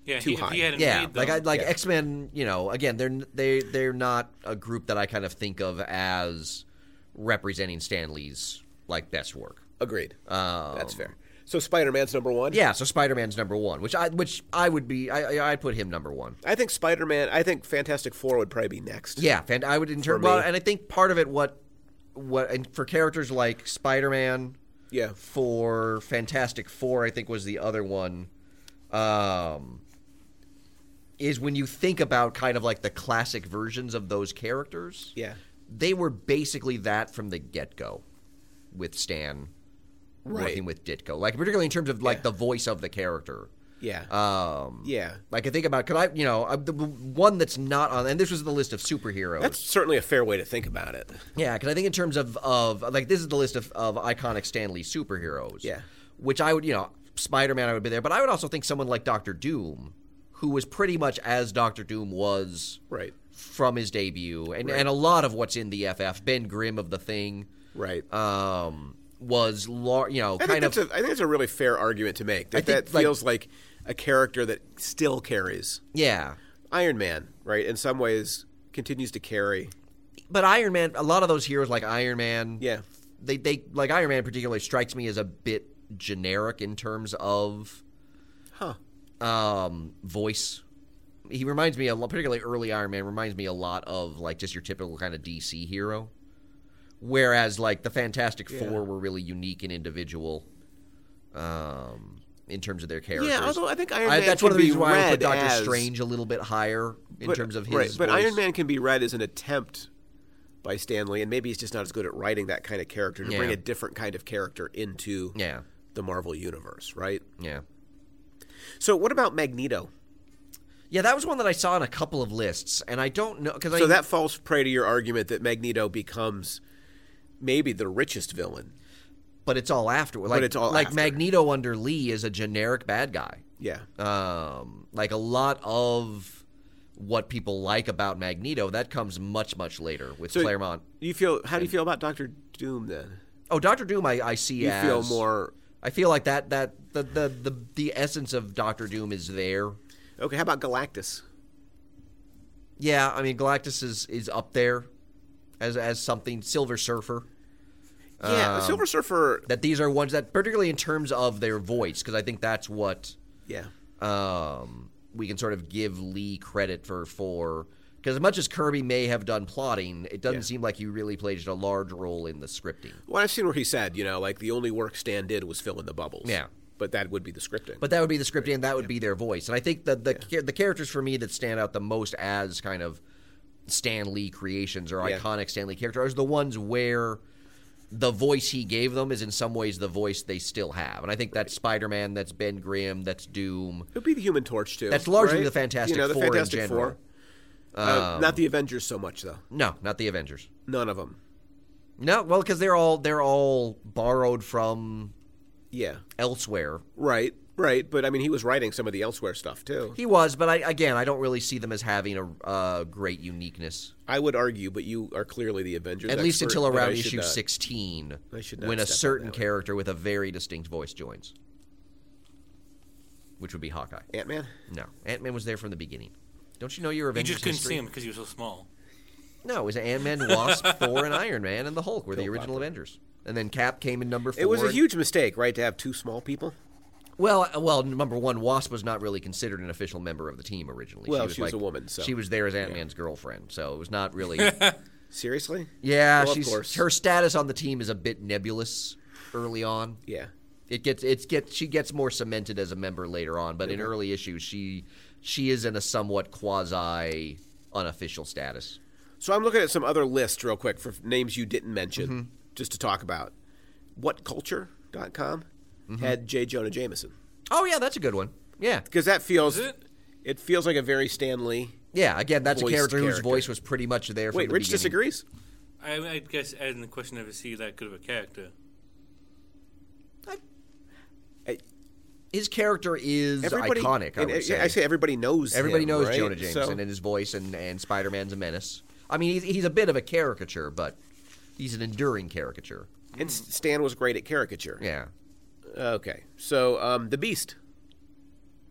Yeah, Too he, if high. he hadn't Yeah, made like I them- like Yeah. X Men. You know, again, they're they they're not a group that I kind of think of as representing Stan Lee's like best work. agreed. That's fair. So Spider Man's number one. Yeah, so Spider Man's number one, which I which I would be I I I'd put him number one. I think Spider Man. I think Fantastic Four would probably be next. Yeah, and I would in turn well, me. and I think part of it what what and for characters like Spider Man, Yeah. for Fantastic Four, I think was the other one. Um, is when you think about kind of like the classic versions of those characters. Yeah. they were basically that from the get go, with Stan Right. working with Ditko, like particularly in terms of like the voice of the character. Yeah. Um, yeah. like I think about, could I, you know, I, the one that's not on, and this was the list of superheroes. That's certainly a fair way to think about it. Yeah, because I think in terms of, of like this is the list of, of iconic Stanley superheroes. Yeah. Which I would, you know, Spider Man I would be there, but I would also think someone like Doctor Doom, who was pretty much as Doctor Doom was Right. from his debut, and, and a lot of what's in the FF, Ben Grimm of the thing, Right. um, was lar- you know, I think kind of that's a, I think that's a really fair argument to make. That, think, that like- feels like a character that still carries yeah. Iron Man, right? In some ways, continues to carry. But Iron Man, a lot of those heroes like Iron Man, Yeah. they they like Iron Man particularly strikes me as a bit generic in terms of Huh. um, voice. He reminds me a lot, particularly early Iron Man reminds me a lot of like just your typical kind of DC hero. Whereas like the Fantastic Four were really unique and individual, um, in terms of their characters. Yeah, although I think Iron I- Man that's one of can the be reasons why I would put read Doctor as- Strange a little bit higher in But- terms of his. right, but voice. Iron Man can be read as an attempt by Stanley, and maybe he's just not as good at writing that kind of character to bring Yeah. a different kind of character into Yeah, the Marvel universe, right? yeah, So, what about Magneto? yeah. That was one that I saw on a couple of lists, and I don't know because I So that falls prey to your argument that Magneto becomes maybe the richest villain. but it's all after. Like, it's all like after. Magneto under Lee is a generic bad guy. Yeah, Um, like a lot of what people like about Magneto that comes much much later with So- Claremont. you feel. How do you feel about Doctor Doom then? Oh, Doctor Doom, I, I see. You as, feel more I feel like that that the the the, the essence of Doctor Doom is there. okay. How about Galactus? Yeah, I mean Galactus is is up there as as something Silver Surfer. Yeah, Um, Silver Surfer. That these are ones that particularly in terms of their voice because I think that's what Yeah, um, we can sort of give Lee credit for for because as much as Kirby may have done plotting, it doesn't seem like he really played a large role in the scripting. well, I've seen where he said, you know, like the only work Stan did was fill in the bubbles. Yeah. but that would be the scripting. But that would be the scripting, and that would be their voice. And I think that the cha- the characters for me that stand out the most as kind of Stan Lee creations or Yeah. iconic Stan Lee characters are the ones where the voice he gave them is in some ways the voice they still have, and I think that's Spider Man, that's Ben Grimm, that's Doom. It'd be the Human Torch too. That's largely right? the Fantastic You know, the Four in Fantastic general. Um, Four. Uh, not the Avengers so much though. No, not the Avengers. None of them. No, well, because they're all they're all borrowed from Yeah. elsewhere. Right. Right. But I mean, he was writing some of the elsewhere stuff too. He was, but I again, I don't really see them as having a uh, great uniqueness. I would argue, but you are clearly the Avengers. At least expert, until but around I should issue not. sixteen, I should not when a step on certain that one. character with a very distinct voice joins, which would be Hawkeye. Ant Man. No, Ant Man was there from the beginning. Don't you know your You Avengers just couldn't history? see him because he was so small. No, it was Ant Man, Wasp, Thor, and Iron Man, and the Hulk were the original Avengers. And then Cap came in number four. It was a and- huge mistake, right, to have two small people. Well, uh, well, number one, Wasp was not really considered an official member of the team originally. Well, she was a woman, so- she was there as Ant Man's girlfriend, so it was not really. Seriously. yeah, Well, of she's course. her status on the team is a bit nebulous early on. Yeah. It gets it's get she gets more cemented as a member later on, but in early issues, she she is in a somewhat quasi unofficial status. So I'm looking at some other lists real quick for names you didn't mention, Mm-hmm. just to talk about. WhatCulture.com Mm-hmm. had J. Jonah Jameson Oh yeah, that's a good one. Yeah, because that feels Is it? it feels like a very Stan Lee. yeah. Again, that's a Voiced character, whose character. voice was pretty much there. From Wait, the Rich beginning. disagrees. I, I guess asking the question of is he that good of a character? His character is iconic. I and, would uh, say. I say everybody knows. Everybody him, knows right? Jonah Jameson So- and his voice, and, and Spider Man's a menace. I mean, he's, he's a bit of a caricature, but he's an enduring caricature. And S- Stan was great at caricature. Yeah. Okay. So um, the Beast.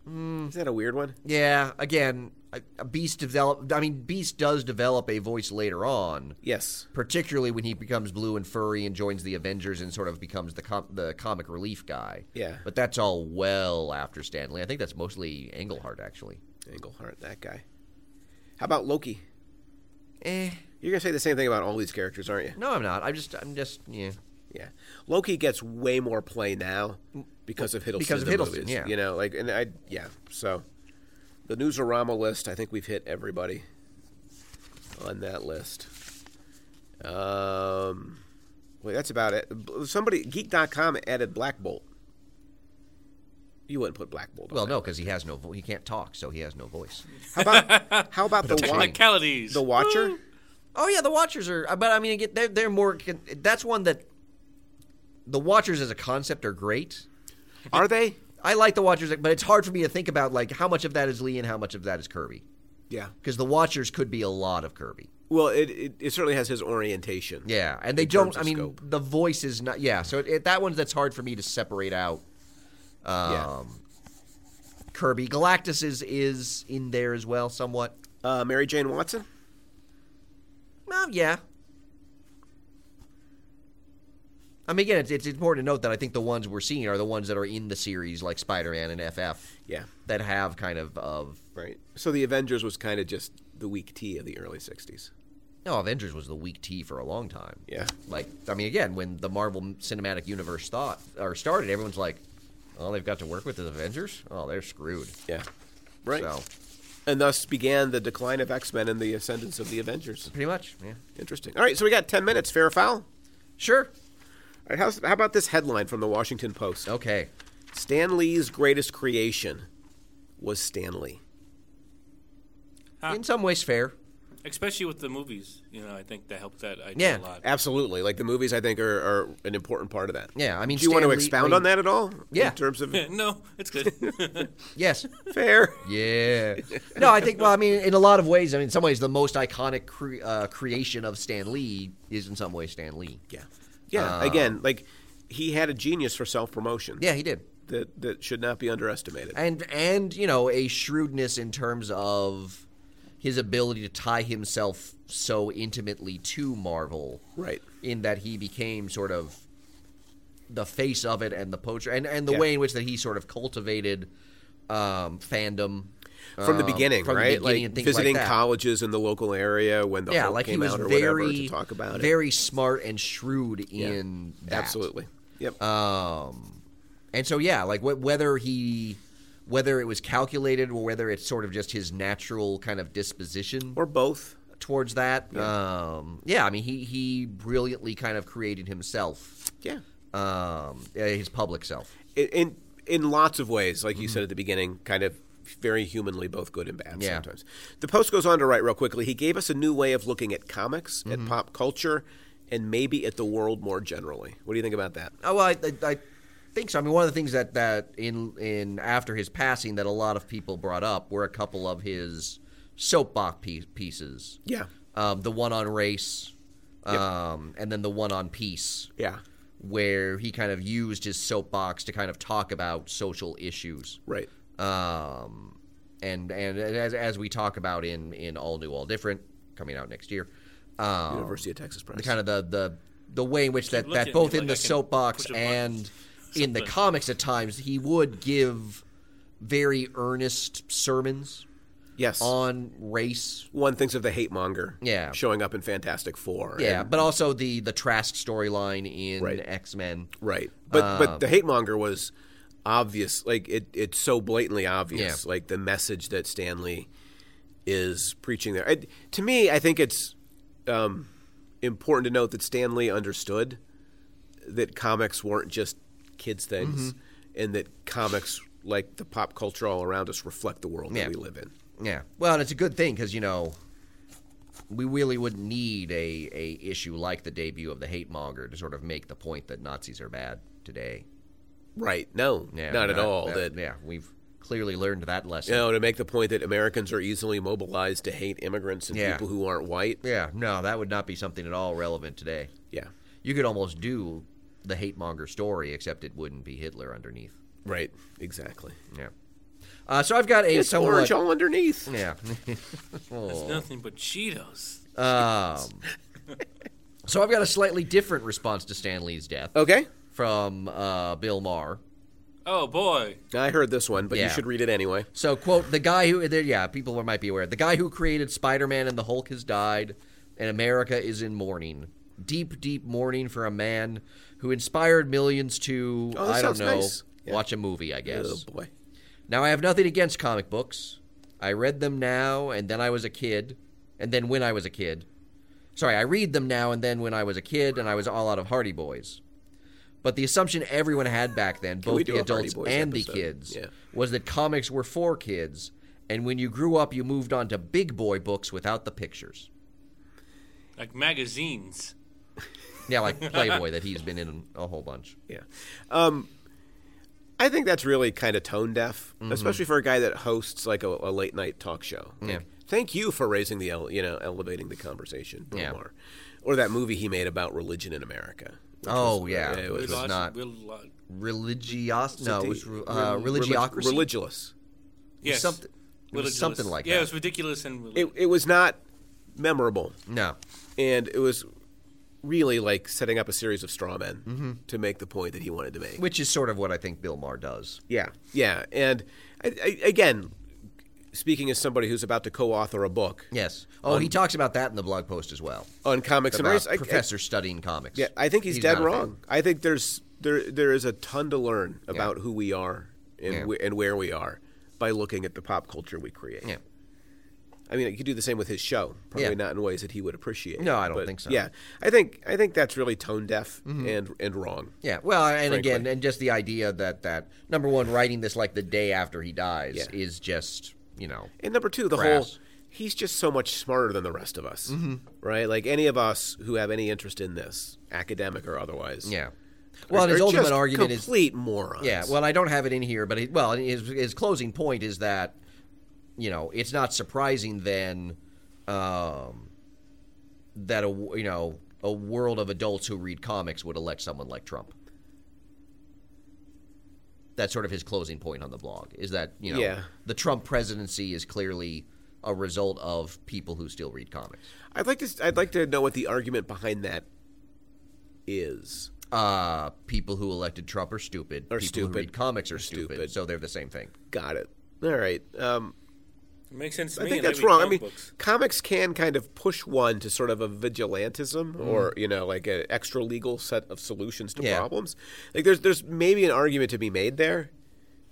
Hmm, Is that a weird one? Yeah, again, a, a Beast develop. I mean, Beast does develop a voice later on, Yes. particularly when he becomes blue and furry and joins the Avengers and sort of becomes the com- the comic relief guy. Yeah. But that's all well after Stanley. I think that's mostly Englehart, actually. Englehart, that guy. How about Loki? Eh. You're gonna say the same thing about all these characters, aren't you? No, I'm not. I'm just, I'm just, yeah. Yeah. Loki gets way more play now because of Hiddleston. because of in the Hiddleston, movies, yeah. You know, like, and I, yeah. So the Newsarama list, I think we've hit everybody on that list. Um, wait, that's about it. Somebody, Geek.com added Black Bolt. You wouldn't put Black Bolt. on Well, that. no, because he has no, vo- he can't talk, so he has no voice. How about how about the Like wa- Technicalities. the Watcher? Oh yeah, the Watchers are. But I mean, again, they're they're more. That's one that the Watchers as a concept are great. Are they? I like the Watchers, but it's hard for me to think about like how much of that is Lee and how much of that is Kirby, Yeah. because the Watchers could be a lot of Kirby. Well, it, it, it certainly has his orientation. Yeah, and they don't. terms of I mean, scope. the voice is not. Yeah, so it, it, that one's that's hard for me to separate out. Um, Yeah. Kirby Galactus is is in there as well, somewhat. Uh, Mary Jane Watson. Well, yeah. I mean, again, it's, it's important to note that I think the ones we're seeing are the ones that are in the series, like Spider-Man and FF, Yeah. that have kind of of Right. So the Avengers was kind of just the weak tea of the early '60s. no Avengers was the weak tea for a long time. Yeah. Like, I mean, again, when the Marvel Cinematic Universe thought or started, everyone's like, "Oh, they've got to work with the Avengers. Oh, they're screwed." Yeah. Right. So, And thus began the decline of X-Men and the ascendance of the Avengers. pretty much, yeah. Interesting. All right. So we got 10 minutes. Fair or foul? Sure. All right. How's, how about this headline from the Washington Post? Okay. Stan Lee's greatest creation was Stan Lee. Ah. Huh. In some ways, fair. Especially with the movies, you know, I think that helped that idea Yeah. a lot. Absolutely. Like the movies, I think are, are an important part of that. Yeah, I mean, Do you want Stan to Lee- expound I on that at all? Yeah. In terms of no, it's good. Yes. fair. Yeah. No, I think. Well, I mean, in a lot of ways, I mean, in some ways, the most iconic cre- uh, creation of Stan Lee is in some ways Stan Lee. Yeah. Uh, Yeah. Again, like he had a genius for self-promotion. Yeah, he did, That that should not be underestimated. and and you know, a shrewdness in terms of his ability to tie himself so intimately to Marvel, Right. in that he became sort of the face of it and the poacher, and and the Yeah. way in which that he sort of cultivated um, fandom. from the um, beginning, from the right? beginning and like things visiting like that. colleges in the local area when the yeah, Hulk like came he was out or very whatever to talk about it. very smart and shrewd in that. Absolutely. Yep. Um, and so yeah, like wh- whether he whether it was calculated or whether it's sort of just his natural kind of disposition or both. towards that. Yeah. Um, yeah, I mean, he he brilliantly kind of created himself, Yeah. um, uh, his public self. In, in in lots of ways, like you Mm-hmm. said at the beginning, kind of very humanly both good and bad Yeah. sometimes. The post goes on to write real quickly. He gave us a new way of looking at comics, Mm-hmm. at pop culture, and maybe at the world more generally. What do you think about that? Oh, well, I, I, I think so. I mean, one of the things that that in in after his passing that a lot of people brought up were a couple of his soapbox pie- pieces. Yeah. Um, the one on race, Yep. um, and then the one on peace. Yeah. Where he kind of used his soapbox to kind of talk about social issues. Right. um, and and as, as we talk about in in all new, all different, coming out next year, um, University of Texas Press. the kind of the the the way in which that looking that at both me in the like I can soapbox push a button. and in the Something. comics at times he would give very earnest sermons yes. on race. One thinks of the hate monger. Yeah. Showing up in Fantastic Four. Yeah, and- but also the the Trask storyline in Right. X Men. Right. But Um, but the hate monger was obvious. Like it it's so blatantly obvious. Yeah. Like the message that Stanley is preaching there. And to me, I think it's um, important to note that Stanley understood that comics weren't just kids Mm-hmm. things, and that comics, like the pop culture all around us, reflect the world Yeah. that we live in. Yeah. Well, and it's a good thing because you know we really wouldn't need a a issue like the debut of the hate monger to sort of make the point that Nazis are bad today. Right? No, Yeah, not at that- all. That, yeah, we've clearly learned that lesson. you know, to make the point that Americans are easily mobilized to hate immigrants and Yeah. people who aren't white. Yeah. No, that would not be something at all relevant today. Yeah. You could almost do the hate monger story, except it wouldn't be Hitler underneath. Right. Exactly. Yeah. Uh, so I've got a It's somewhat. orange all underneath. Yeah. Oh. It's nothing but Cheetos. Um, so I've got a slightly different response to Stan Lee's death. Okay. from uh, Bill Maher. Oh boy. I heard this one, but Yeah. you should read it anyway. So, quote, the guy who, there, yeah, people might be aware. The guy who created Spider Man and the Hulk has died, and America is in mourning. Deep, deep mourning for a man who inspired millions to, Oh, that I don't sounds know, nice. Yeah. watch a movie, I guess. Oh boy. Now, I have nothing against comic books. I read them now, and then I was a kid, and then when I was a kid. Sorry, I read them now and then when I was a kid, and I was all out of Hardy Boys. But the assumption everyone had back then, we both the do a Hardy adults Boys and episode? the kids, Yeah. was that comics were for kids, and when you grew up, you moved on to big boy books without the pictures. Like magazines. Yeah, like Playboy that he's been in a whole bunch. Yeah. Um, I think that's really kind of tone deaf, especially for a guy that hosts like a, a late night talk show. Like, Yeah. Thank you for raising the ele- you know elevating the conversation, Bill Yeah. Maher. Or that movie he made about religion in America. which Oh, yeah. it Which was, was Lots- not- real lot- Religios? No, it was Relig- uh, religiocracy. Religious. Yes. something- it was Ridiculous. something like yeah, that. it was ridiculous and It, it was not memorable. No. and it was really like setting up a series of straw men to make the point that he wanted to make. Which is sort of what I think Bill Maher does. Yeah, yeah, and I, I, again, speaking as somebody who's about to co-author a book Yes. Oh, he talks about that in the blog post as well. on comics and About race, Um, I, I, professor studying comics. yeah, I think he's, dead not a fan. wrong. I think there's there there is a ton to learn about who we are and Yeah. wh- and where we are by looking at the pop culture we create. Yeah. I mean, you could do the same with his show, probably Yeah. not in ways that he would appreciate. No, I don't but think so. Mm-hmm. Yeah, I think I think that's really tone deaf and and wrong. Yeah. Well, and again, Frankly. and just the idea that that number one, writing this like the day after he dies Yeah. is just you know. And number two, the Crass. whole he's just so much smarter than the rest of us, Mm-hmm. right? Like any of us who have any interest in this, academic or otherwise. Yeah. Well, are- and his are ultimate just argument complete is morons. Yeah, well, I don't have it in here, but it, well, his his closing point is that you know it's not surprising then um, that a w- you know a world of adults who read comics would elect someone like Trump. That's sort of his closing point on the blog is that you know Yeah. the Trump presidency is clearly a result of people who still read comics. I'd like to. s- I'd like to know what the argument behind that is. Uh, people who elected Trump are stupid. Are people stupid. who read comics are stupid. stupid. So they're the same thing. Got it. All right. Um, it makes sense to I me. think and that's read wrong. I comic mean, books. comics can kind of push one to sort of a vigilantism or you know like an extra legal set of solutions to Mm-hmm. Yeah. problems. Like there's there's maybe an argument to be made there.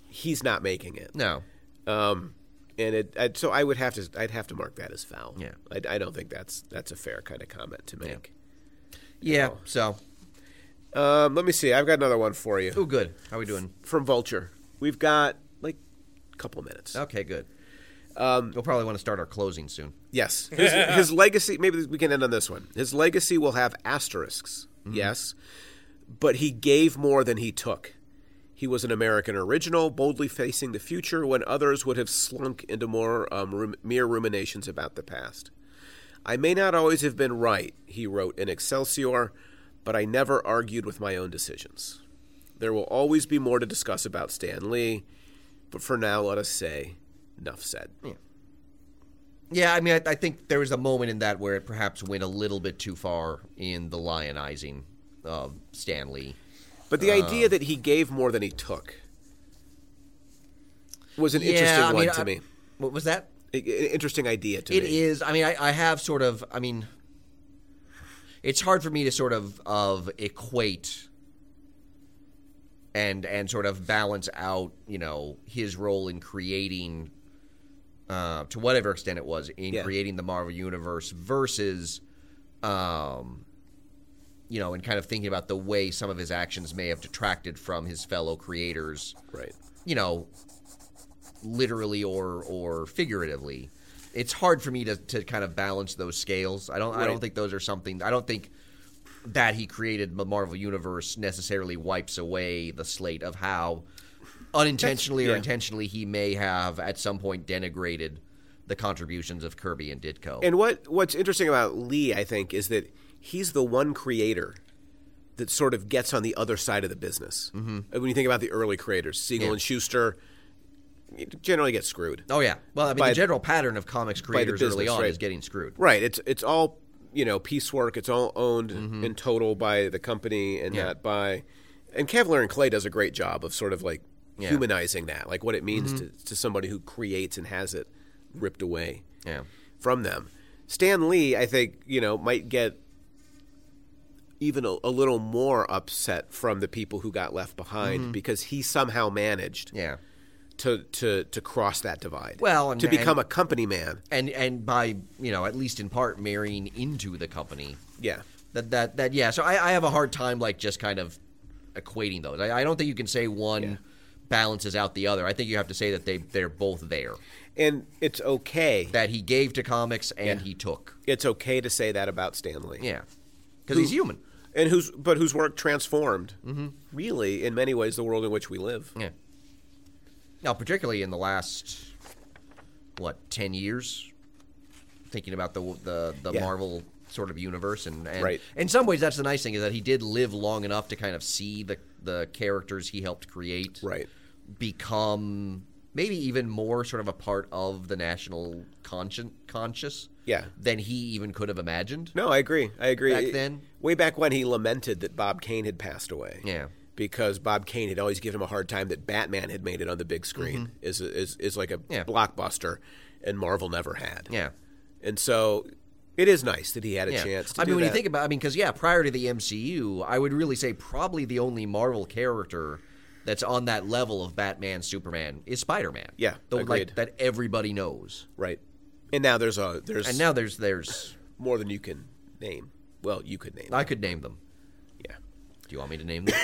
He's not making it. No. Um, and it I, so I would have to I'd have to mark that as foul. Yeah. I, I don't think that's that's a fair kind of comment to make. Yeah. So, Um, let me see. I've got another one for you oh, good. How we doing? from Vulture. We've got like a couple minutes. Okay, good. Um, we'll probably want to start our closing soon. Yes. His, his legacy, maybe we can end on this one. His legacy will have asterisks, yes, but he gave more than he took. He was an American original, boldly facing the future when others would have slunk into more um, rum- mere ruminations about the past. I may not always have been right, he wrote in Excelsior, but I never argued with my own decisions. There will always be more to discuss about Stan Lee, but for now, let us say, enough said. Yeah, I mean, I, I think there was a moment in that where it perhaps went a little bit too far in the lionizing of Stan Lee. But the idea Um, that he gave more than he took was an Yeah, interesting I one mean, to I- me. What was that? I- I- interesting idea to It me. is. I mean, I, I have sort of. I mean, it's hard for me to sort of of equate and and sort of balance out, you know, his role in creating, uh, to whatever extent it was, in Yeah. creating the Marvel universe versus, um, you know, and kind of thinking about the way some of his actions may have detracted from his fellow creators Right. you know, literally or or figuratively. It's hard for me to, to kind of balance those scales. I don't I Right. don't think those are something I don't think that he created the Marvel universe necessarily wipes away the slate of how unintentionally or yeah. intentionally he may have at some point denigrated the contributions of Kirby and Ditko. And what what's interesting about Lee, I think, is that he's the one creator that sort of gets on the other side of the business. Mm-hmm. When you think about the early creators, Siegel Yeah. and Schuster generally get screwed. oh yeah. Well, I mean By- the general pattern of comics creators early business, on right. is getting screwed. Right. It's it's all you know piecework. It's all owned in total by the company and Mm-hmm. Yeah. not by. And Cavalier and Clay does a great job of sort of like Yeah. Mm-hmm. humanizing that, like what it means to, to somebody who creates and has it ripped away Yeah. from them. Stan Lee, I think, you know, might get even a, a little more upset from the people who got left behind because he somehow managed Mm-hmm. Yeah. to, to to cross that divide. Well, and- to become and- a company man. And and by, you know, at least in part marrying into the company. Yeah. That that that yeah. So I, I have a hard time like just kind of equating those. I, I don't think you can say one balances out the other. I think you have to say that they they're both there. And it's okay. That he gave to comics and Yeah. he took. it's okay to say that about Stanley. Yeah, because he's human. And who's but whose work transformed really in many ways the world in which we live. Mm-hmm. Yeah. Now, particularly in the last what ten years, thinking about the the the Yeah. Marvel sort of universe, and, and Right. in some ways, that's the nice thing is that he did live long enough to kind of see the the characters he helped create, Right. become maybe even more sort of a part of the national conscious conscious, Yeah. than he even could have imagined. No, I agree. I agree. Back then? way back when he lamented that Bob Kane had passed away. Yeah. Because Bob Kane had always given him a hard time that Batman had made it on the big screen is, is is like a Mm-hmm. Yeah. blockbuster, and Marvel never had. Yeah. and so it is nice that he had a Yeah. chance. To I mean, do when you that. think about, I mean, because yeah, prior to the MCU, I would really say probably the only Marvel character that's on that level of Batman, Superman is Spider-Man. Yeah, the, agreed. like that everybody knows. right, and now there's a there's And now there's there's more than you can name. Well, you could name. I could name them. yeah, Do you want me to name them?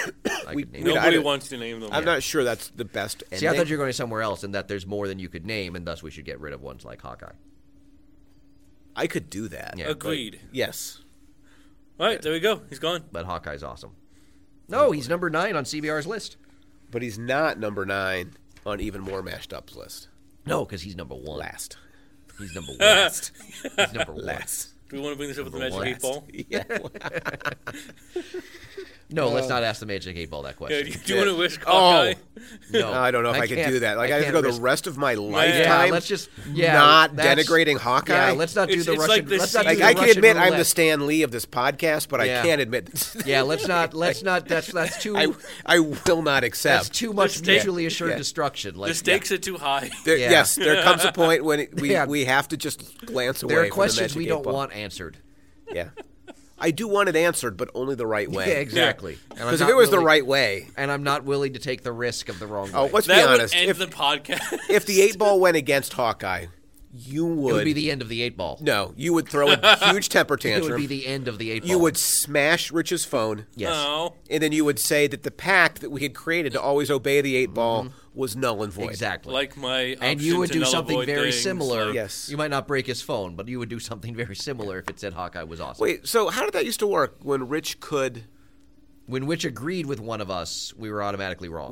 I could name we them. don't- Nobody I- wants to name them. I'm not sure that's the best. Ending. See, I thought you were going somewhere else, and that there's more than you could name, and thus we should get rid of ones like Hawkeye. I could do that. Yeah. Agreed. Yes. All right, there we go. He's gone. But Hawkeye's awesome. No, he's number nine on CBR's list. But he's not number nine on even more mashed ups list. No, because he's number one. Last. He's number one. He's number one. Do we want to bring this up with the Number magic eight last. ball? Yeah. No, let's not ask the Magic Eight Ball that Yeah, question. do you want to wish Oh. Hawkeye? No, I don't know if I, could can't- do that. Like I, have to can't go risk- the rest of my Yeah, lifetime. let's just yeah, not that's- denigrating Hawkeye. Yeah, let's not do It's- the it's Russian. like the let's not do like the I can Russian admit I'm the roulette. Stan Lee of this podcast, but Yeah. I can't admit. Yeah, let's not. Let's not. That's that's too. I I will not that's accept. too much stake- mutually assured yeah. destruction. Like The stakes are too high. There- yeah. Yes, there comes a point when it, we Yeah. we have to just glance yeah. away. there are from the questions Magic we Eight don't Ball. want answered. Yeah. I do want it answered, but only the right way. Yeah, exactly. And I'm Because if not it was the willing- right way, and I'm not willing to take the risk of the wrong oh, way. let's be That would honest. end If, the podcast. if the eight ball went against Hawkeye, you would, it would be the end of the eight ball. no, you would throw a huge temper it tantrum. would be the end of the eight ball. you would smash Rich's phone. Yes. No. And then you would say that the pact that we had created to always obey the eight ball Mm-hmm. was null and void. Exactly. Like my and you option would to do null something avoid very things, similar. like- Yes. You might not break his phone, but you would do something very similar if it said Hawkeye was awesome. Wait, so how did that used to work when Rich could? When which agreed with one of us, we were automatically wrong.